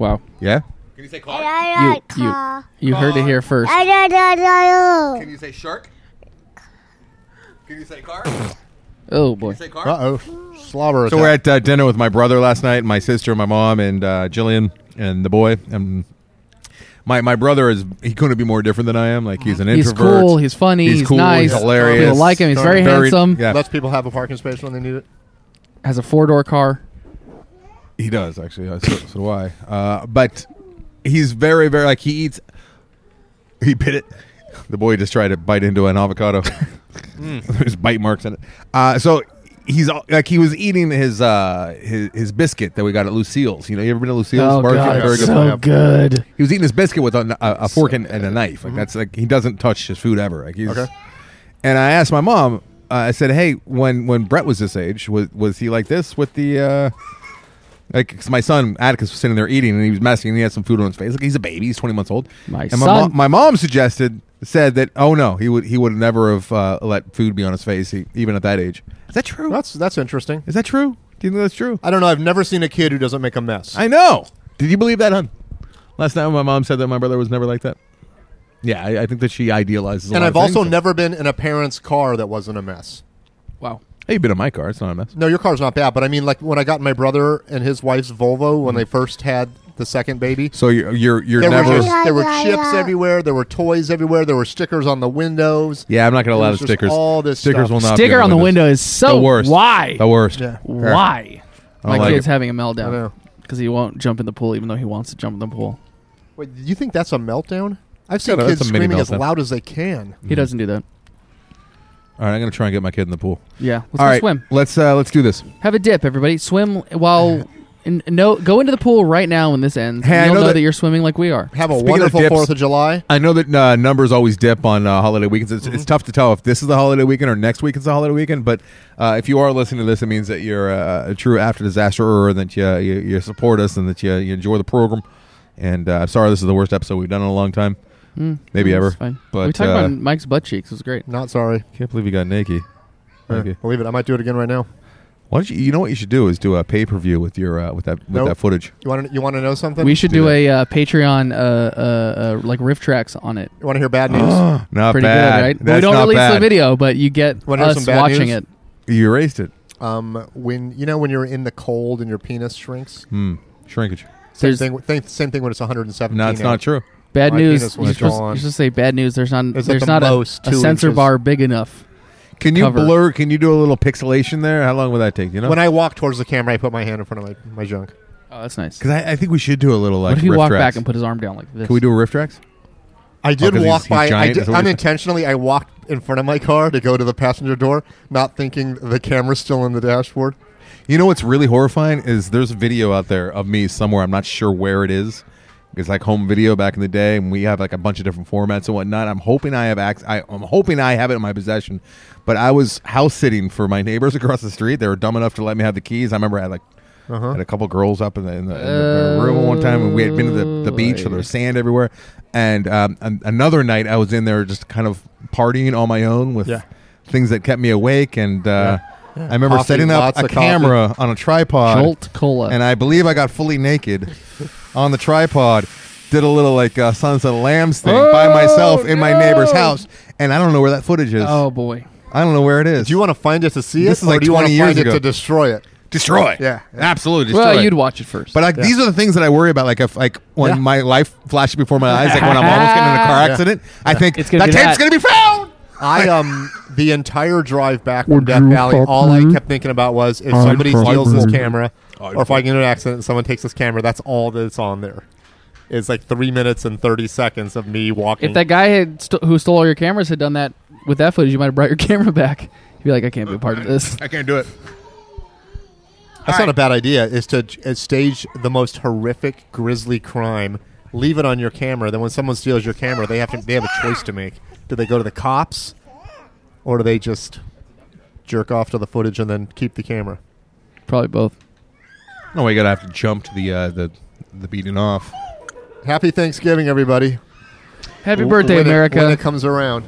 Speaker 3: Wow,
Speaker 1: Yeah.
Speaker 6: I don't
Speaker 3: You- you-
Speaker 6: know.
Speaker 3: you heard it here first.
Speaker 6: I don't know.
Speaker 1: you say shark? Can you say car?
Speaker 3: Oh boy,
Speaker 1: car?
Speaker 2: Uh oh. Slobber.
Speaker 1: So we're at uh, dinner with my brother last night, my sister, my mom, and uh, Jillian, and the boy. And my my brother is he couldn't be more different than I am. Like he's an
Speaker 3: he's
Speaker 1: introvert.
Speaker 3: cool. He's funny. He's,
Speaker 1: cool,
Speaker 3: nice.
Speaker 1: He's hilarious.
Speaker 3: People like him. He's very, handsome.
Speaker 1: Yeah,
Speaker 2: Lets people have a parking space when they need it.
Speaker 3: Has a four door car.
Speaker 1: He does actually. Uh, So, so do I. Uh, but he's very, very like he eats. He bit it. The boy just tried to bite into an avocado. There's bite marks in it. Uh, so he's all- like he was eating his uh, his his biscuit that we got at Lucille's. You know, you ever been to Lucille's?
Speaker 3: Oh,
Speaker 1: Barbecue and
Speaker 3: God, it's
Speaker 1: burger
Speaker 3: so
Speaker 1: place?
Speaker 5: good.
Speaker 1: He was eating his biscuit with a, kn- a, a fork and, and a knife. Like that's like he doesn't touch his food ever. Like he's,
Speaker 2: Okay.
Speaker 1: And I asked my mom. Uh, I said, "Hey, when when Brett was this age, was was he like this with the?" Uh, like 'cause my son Atticus was sitting there eating and he was messing and he had some food on his face. Like he's a baby, he's twenty months old.
Speaker 3: My
Speaker 1: and my,
Speaker 3: son.
Speaker 1: mo- my mom suggested said that oh no, he would he would never have uh, let food be on his face e- even at that age. Is that true?
Speaker 2: That's that's interesting.
Speaker 1: Is that true? Do you think that's true?
Speaker 2: I don't know. I've never seen a kid who doesn't make a mess.
Speaker 1: I know. Did you believe that, hon? Last night when my mom said that my brother was never like that. Yeah, I, I think that she idealizes. a
Speaker 2: and
Speaker 1: lot
Speaker 2: I've
Speaker 1: of
Speaker 2: also
Speaker 1: things.
Speaker 2: never been in a parent's car that wasn't a mess.
Speaker 3: Wow.
Speaker 1: Hey, you've been in my car. It's not a mess.
Speaker 2: No, your car's not bad, but I mean, like when I got my brother and his wife's Volvo
Speaker 1: Mm-hmm.
Speaker 2: when they first had the second baby,
Speaker 1: So you're you're, you're
Speaker 2: there
Speaker 1: never.
Speaker 2: were just, there were
Speaker 6: Yeah, yeah,
Speaker 2: chips
Speaker 6: yeah.
Speaker 2: everywhere, there were toys everywhere, there were stickers on the windows.
Speaker 1: yeah, I'm not going to allow
Speaker 2: was
Speaker 1: the
Speaker 2: just
Speaker 1: stickers.
Speaker 2: all this
Speaker 1: stickers
Speaker 2: stuff.
Speaker 1: will not. be
Speaker 3: Sticker on the window
Speaker 1: windows.
Speaker 3: is so
Speaker 1: the worst.
Speaker 3: Why?
Speaker 1: The worst.
Speaker 2: Yeah.
Speaker 3: Why?
Speaker 1: I don't
Speaker 3: My
Speaker 1: like
Speaker 3: kid's
Speaker 1: it.
Speaker 3: having a
Speaker 2: I
Speaker 3: meltdown
Speaker 2: know.
Speaker 3: because he won't jump in the pool, even though he wants to jump in the pool.
Speaker 2: Wait, you think that's a meltdown? I've seen
Speaker 1: No, no,
Speaker 2: kids
Speaker 1: that's a mini
Speaker 2: screaming as
Speaker 1: meltdown.
Speaker 2: loud as they can.
Speaker 3: He doesn't do that.
Speaker 1: All right, I'm gonna try and get my kid in the pool.
Speaker 3: Yeah, let's
Speaker 1: All
Speaker 3: go
Speaker 1: right,
Speaker 3: swim.
Speaker 1: Let's uh, let's do this.
Speaker 3: Have a dip, everybody. Swim while and no go into the pool right now when this ends.
Speaker 1: Hey,
Speaker 3: and
Speaker 1: I
Speaker 3: you'll
Speaker 1: know
Speaker 3: know,
Speaker 1: that-
Speaker 3: that, you're swimming like we are.
Speaker 2: Have a
Speaker 1: Speaking of
Speaker 2: wonderful
Speaker 1: dips-
Speaker 2: Fourth of July.
Speaker 1: I know that uh, numbers always dip on uh, holiday weekends. It's,
Speaker 3: Mm-hmm.
Speaker 1: it's tough to tell if this is the holiday weekend or next weekend's the holiday weekend. But uh, if you are listening to this, it means that you're uh, a true after disaster, and that you, you you support us and that you, you enjoy the program. And uh, I'm sorry, this is the worst episode we've done in a long time,
Speaker 3: Mm,
Speaker 1: maybe
Speaker 3: that's
Speaker 1: ever.
Speaker 3: fine.
Speaker 1: But
Speaker 3: we talked
Speaker 1: uh,
Speaker 3: about Mike's butt cheeks. It was great.
Speaker 2: Not sorry. Uh,
Speaker 1: can't believe you got naked. Okay.
Speaker 2: Believe it. I might do it again right now.
Speaker 1: Why don't you? You know what you should do is do a pay per view with your uh, with that with
Speaker 2: Nope.
Speaker 1: that footage.
Speaker 2: You want to you want to know something?
Speaker 3: We should
Speaker 1: do
Speaker 3: do, a uh, Patreon, uh, uh, uh, like riff tracks on it.
Speaker 2: you want to hear bad news?
Speaker 1: Not
Speaker 3: Pretty
Speaker 1: bad.
Speaker 3: good, right?
Speaker 1: That's
Speaker 3: we don't
Speaker 1: not
Speaker 3: release
Speaker 1: bad.
Speaker 3: the video, but you get
Speaker 2: Wanna hear
Speaker 3: us
Speaker 2: some bad
Speaker 3: watching
Speaker 2: news?
Speaker 3: it.
Speaker 1: You erased it.
Speaker 2: um, when you know when you're in the cold and your penis shrinks.
Speaker 1: Hmm. Shrinkage.
Speaker 2: Same
Speaker 3: There's-
Speaker 2: thing. with- Same, same thing when it's 117.
Speaker 1: No, it's not true.
Speaker 3: Bad
Speaker 2: My
Speaker 3: news.
Speaker 2: penis
Speaker 3: You're
Speaker 2: was
Speaker 3: supposed,
Speaker 2: gone.
Speaker 3: you're supposed to say bad news. There's not.
Speaker 2: It's at
Speaker 3: there's
Speaker 2: the
Speaker 3: not a,
Speaker 2: most
Speaker 3: a
Speaker 2: two
Speaker 3: sensor
Speaker 2: inches.
Speaker 3: bar big enough.
Speaker 1: Can you
Speaker 3: Cover.
Speaker 1: blur? Can you do a little pixelation there? How long would that take? You know,
Speaker 2: When I walk towards the camera, I put my hand in front of my, my junk.
Speaker 3: Oh, that's nice.
Speaker 1: because I, I think we should do a little like.
Speaker 3: what if he
Speaker 1: riff
Speaker 3: walked
Speaker 1: tracks.
Speaker 3: back and put his arm down like this?
Speaker 1: Can we do a riff tracks?
Speaker 2: I did
Speaker 1: Oh, 'cause
Speaker 2: walk
Speaker 1: he's- he's
Speaker 2: by.
Speaker 1: giant,
Speaker 2: I
Speaker 1: is
Speaker 2: did,
Speaker 1: what you're-
Speaker 2: unintentionally, I walked in front of my car to go to the passenger door, not thinking the camera's still in the dashboard.
Speaker 1: You know what's really horrifying is there's a video out there of me somewhere. I'm not sure where it is. It's like home video back in the day, and we have like a bunch of different formats and whatnot. I'm hoping I have ac- I, I'm hoping I have it in my possession. But I was house sitting for my neighbors across the street. They were dumb enough to let me have the keys. I remember I had like had a couple girls up in the, in the, in the
Speaker 3: Oh,
Speaker 1: room at one time, and we had been to the, the beach, so
Speaker 3: I-
Speaker 1: there's sand everywhere. And um, an- another night, I was in there just kind of partying on my own with
Speaker 2: Yeah.
Speaker 1: things that kept me awake. And uh, I remember
Speaker 2: Coffee,
Speaker 1: setting up
Speaker 2: lots
Speaker 1: a
Speaker 2: of coffee.
Speaker 1: camera uh, on a tripod.
Speaker 3: Jolt Cola.
Speaker 1: And I believe I got fully naked on the tripod. Did a little like uh, Sons of the Lambs thing by
Speaker 3: Oh,
Speaker 1: myself in my
Speaker 3: no.
Speaker 1: neighbor's house, and I don't know where that footage is.
Speaker 3: oh boy.
Speaker 1: I don't know where it is.
Speaker 2: Do you want to find it to see
Speaker 1: This
Speaker 2: it,
Speaker 1: is
Speaker 2: or
Speaker 1: like
Speaker 2: do you want
Speaker 1: 20
Speaker 2: to
Speaker 1: years
Speaker 2: find
Speaker 1: ago.
Speaker 2: it to destroy it?
Speaker 1: destroy?
Speaker 2: Yeah.
Speaker 1: absolutely. Destroy.
Speaker 3: Well, you'd watch it first.
Speaker 1: But like
Speaker 2: Yeah.
Speaker 1: these are the things that I worry about. Like if like when
Speaker 2: Yeah.
Speaker 1: my life flashes before my eyes, like when I'm almost getting in a car
Speaker 2: Yeah.
Speaker 1: accident, I think
Speaker 7: It's
Speaker 1: that
Speaker 7: gonna
Speaker 1: tape's
Speaker 7: be that.
Speaker 1: gonna be found.
Speaker 2: I um the entire drive back from
Speaker 5: Would
Speaker 2: Death
Speaker 5: you
Speaker 2: Valley,
Speaker 5: fuck
Speaker 2: all I
Speaker 5: me?
Speaker 2: kept thinking about was if
Speaker 5: I'd
Speaker 2: somebody
Speaker 5: fuck
Speaker 2: steals
Speaker 5: you.
Speaker 2: this camera,
Speaker 1: I'd
Speaker 2: or if I
Speaker 1: fuck
Speaker 2: get in an accident and someone takes this camera, that's all that's on there. It's like three minutes and thirty seconds of me walking.
Speaker 3: if that guy had st- who stole all your cameras had done that with that footage, you might have brought your camera back. You'd be like, I can't be a part of this.
Speaker 1: I can't do it.
Speaker 2: That's not a bad idea. Is to is stage the most horrific, grisly crime, leave it on your camera. Then when someone steals your camera, they have to they have a choice to make. Do they go to the cops, or do they just jerk off to the footage and then keep the camera?
Speaker 3: Probably both.
Speaker 1: No, we gotta have to jump to the uh, the the beating off.
Speaker 2: Happy Thanksgiving, everybody!
Speaker 3: Happy birthday,
Speaker 2: When it-
Speaker 3: America.
Speaker 2: when it comes around.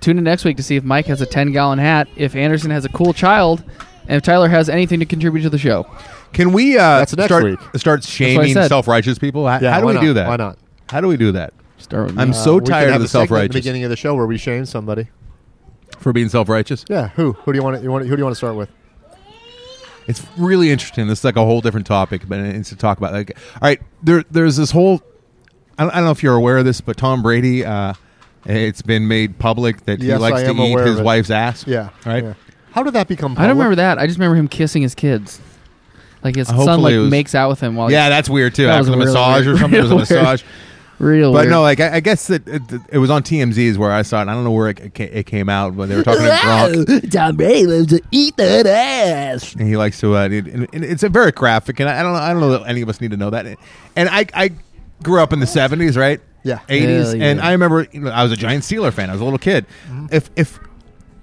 Speaker 3: Tune in next week to see if Mike has a 10 gallon hat, if Anderson has a cool child, and if Tyler has anything to contribute to the show.
Speaker 1: Can we uh,
Speaker 2: That's next
Speaker 1: start
Speaker 2: week.
Speaker 1: start shaming
Speaker 3: said.
Speaker 1: self righteous people? How,
Speaker 2: Yeah,
Speaker 1: how do
Speaker 2: why
Speaker 1: we do
Speaker 2: not?
Speaker 1: that?
Speaker 2: Why not?
Speaker 1: How do we do that?
Speaker 3: Start with me.
Speaker 1: I'm
Speaker 2: Uh,
Speaker 1: so
Speaker 2: we could
Speaker 1: tired
Speaker 2: have
Speaker 1: of
Speaker 2: a
Speaker 1: the
Speaker 2: segment
Speaker 1: self
Speaker 2: at the
Speaker 1: righteous
Speaker 2: beginning of the show where we shame somebody.
Speaker 1: for being self righteous.
Speaker 2: Yeah, who? Who do you want? To, you want? Who do you want to start with?
Speaker 1: It's really interesting. This is like a whole different topic, but it's to talk about. Like, all right, there, there's this whole. I don't, I don't know if you're aware of this, but Tom Brady. Uh, it's been made public that he
Speaker 2: Yes,
Speaker 1: likes
Speaker 2: I
Speaker 1: to
Speaker 2: am
Speaker 1: eat
Speaker 2: aware of
Speaker 1: his
Speaker 2: it.
Speaker 1: wife's ass.
Speaker 2: Yeah,
Speaker 1: Right.
Speaker 2: yeah. How did that become? Public?
Speaker 3: I don't remember that. I just remember him kissing his kids. Like his son
Speaker 1: Hopefully
Speaker 3: like
Speaker 1: it was-
Speaker 3: makes out with him while
Speaker 1: Yeah, that's weird too.
Speaker 3: Oh, That
Speaker 1: After
Speaker 3: was
Speaker 1: the
Speaker 3: really
Speaker 1: massage
Speaker 3: weird.
Speaker 1: or something, there
Speaker 3: Real
Speaker 1: was a
Speaker 3: weird.
Speaker 1: massage.
Speaker 3: he's real.
Speaker 1: But
Speaker 3: weird.
Speaker 1: no, like I, I guess that it, it was on TMZ is where I saw it. I don't know where it, it ca- it came out, but they were talking to Gronk.
Speaker 4: Tom Brady loves to eat that ass.
Speaker 1: and he likes to. Uh, it, and it's a very graphic, and I, I don't know. I don't know that any of us need to know that. And I, I grew up in the seventies, right?
Speaker 2: Yeah.
Speaker 1: eighties,
Speaker 3: Hell yeah.
Speaker 1: and I remember you know, I was a giant Steeler fan. I was a little kid.
Speaker 2: Mm-hmm.
Speaker 1: If if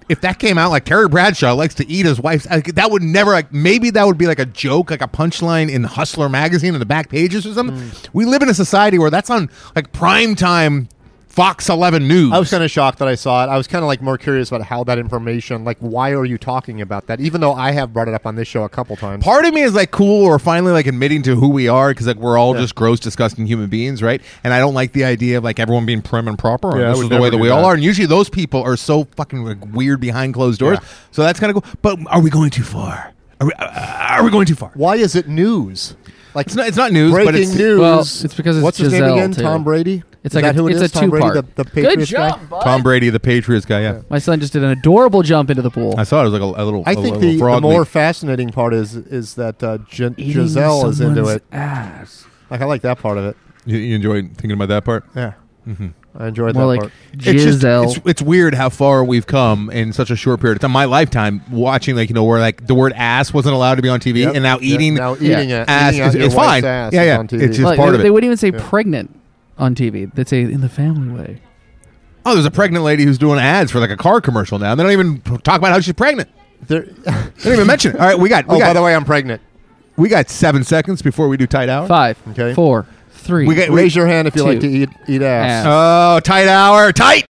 Speaker 1: if that came out like Terry Bradshaw likes to eat his wife's, like, that would never. Like maybe that would be like a joke, like a punchline in Hustler magazine in the back pages or something.
Speaker 2: Mm.
Speaker 1: We live in a society where that's on like prime time Fox Eleven News.
Speaker 2: I was kind of shocked that I saw it. I was kind of like more curious about how that information, like, why are you talking about that? Even though I have brought it up on this show a couple times.
Speaker 1: part of me is like cool we're finally like admitting to who we are because like we're all just gross disgusting human beings right and i don't like the idea of like everyone being prim and proper and
Speaker 2: Yeah, I
Speaker 1: this
Speaker 2: would
Speaker 1: is the way
Speaker 2: never
Speaker 1: that
Speaker 2: do
Speaker 1: we all
Speaker 2: that.
Speaker 1: are and usually those people are so fucking like, weird behind closed doors
Speaker 2: Yeah.
Speaker 1: so that's kind of cool but are we going too far are we, uh, are we going too far
Speaker 2: why is it news? Like
Speaker 1: it's not, it's not news
Speaker 2: breaking
Speaker 1: but it's
Speaker 2: news.
Speaker 3: Well, it's because it's
Speaker 2: what's his name
Speaker 3: Giselle,
Speaker 2: again?
Speaker 3: too.
Speaker 2: Tom Brady. Is
Speaker 3: It's like
Speaker 2: that
Speaker 3: a-
Speaker 2: who it
Speaker 3: it's
Speaker 2: is?
Speaker 3: a
Speaker 2: Tom Brady,
Speaker 3: two-part.
Speaker 2: the, the Patriots guy?
Speaker 1: tom brady the patriots guy yeah
Speaker 3: My son just did an adorable jump into the pool.
Speaker 1: i saw it, it was like a, a little
Speaker 2: I
Speaker 1: a
Speaker 2: think
Speaker 1: little
Speaker 2: the, the
Speaker 1: frog
Speaker 2: more
Speaker 1: leak.
Speaker 2: fascinating part is is that uh, Gi- Giselle is into it. Like I like that part of it.
Speaker 1: you, you enjoy thinking about that part
Speaker 2: Yeah. I enjoyed
Speaker 3: More
Speaker 2: that
Speaker 3: like
Speaker 2: part.
Speaker 1: It's, just,
Speaker 3: Giselle.
Speaker 1: it's it's weird how far we've come in such a short period of time. My lifetime watching like you know where like the word ass wasn't allowed to be on TV,
Speaker 2: Yep.
Speaker 1: and now
Speaker 2: Yeah,
Speaker 1: eating
Speaker 2: now e-
Speaker 3: yeah,
Speaker 2: eating it,
Speaker 1: ass
Speaker 2: eating out
Speaker 1: is-
Speaker 2: your
Speaker 1: it's
Speaker 2: wife's
Speaker 1: fine.
Speaker 2: Ass
Speaker 1: Yeah,
Speaker 2: is
Speaker 1: yeah,
Speaker 2: on TV.
Speaker 1: it's just-
Speaker 3: Like,
Speaker 1: part
Speaker 3: they,
Speaker 1: of it.
Speaker 3: they wouldn't even say
Speaker 2: Yeah.
Speaker 3: pregnant on TV. They'd say in the family way.
Speaker 1: oh, there's a pregnant lady who's doing ads for like a car commercial now. And they don't even p- talk about how she's pregnant.
Speaker 2: There-
Speaker 1: They don't even mention it. All right, we got we
Speaker 2: oh,
Speaker 1: got
Speaker 2: by the way, I'm pregnant.
Speaker 1: we got seven seconds before we do tight hour.
Speaker 3: Five,
Speaker 2: Okay.
Speaker 3: four, three.
Speaker 1: We got
Speaker 2: Raise your hand if you like to
Speaker 3: Two.
Speaker 2: eat eat ass.
Speaker 3: Ass.
Speaker 1: oh tight hour tight.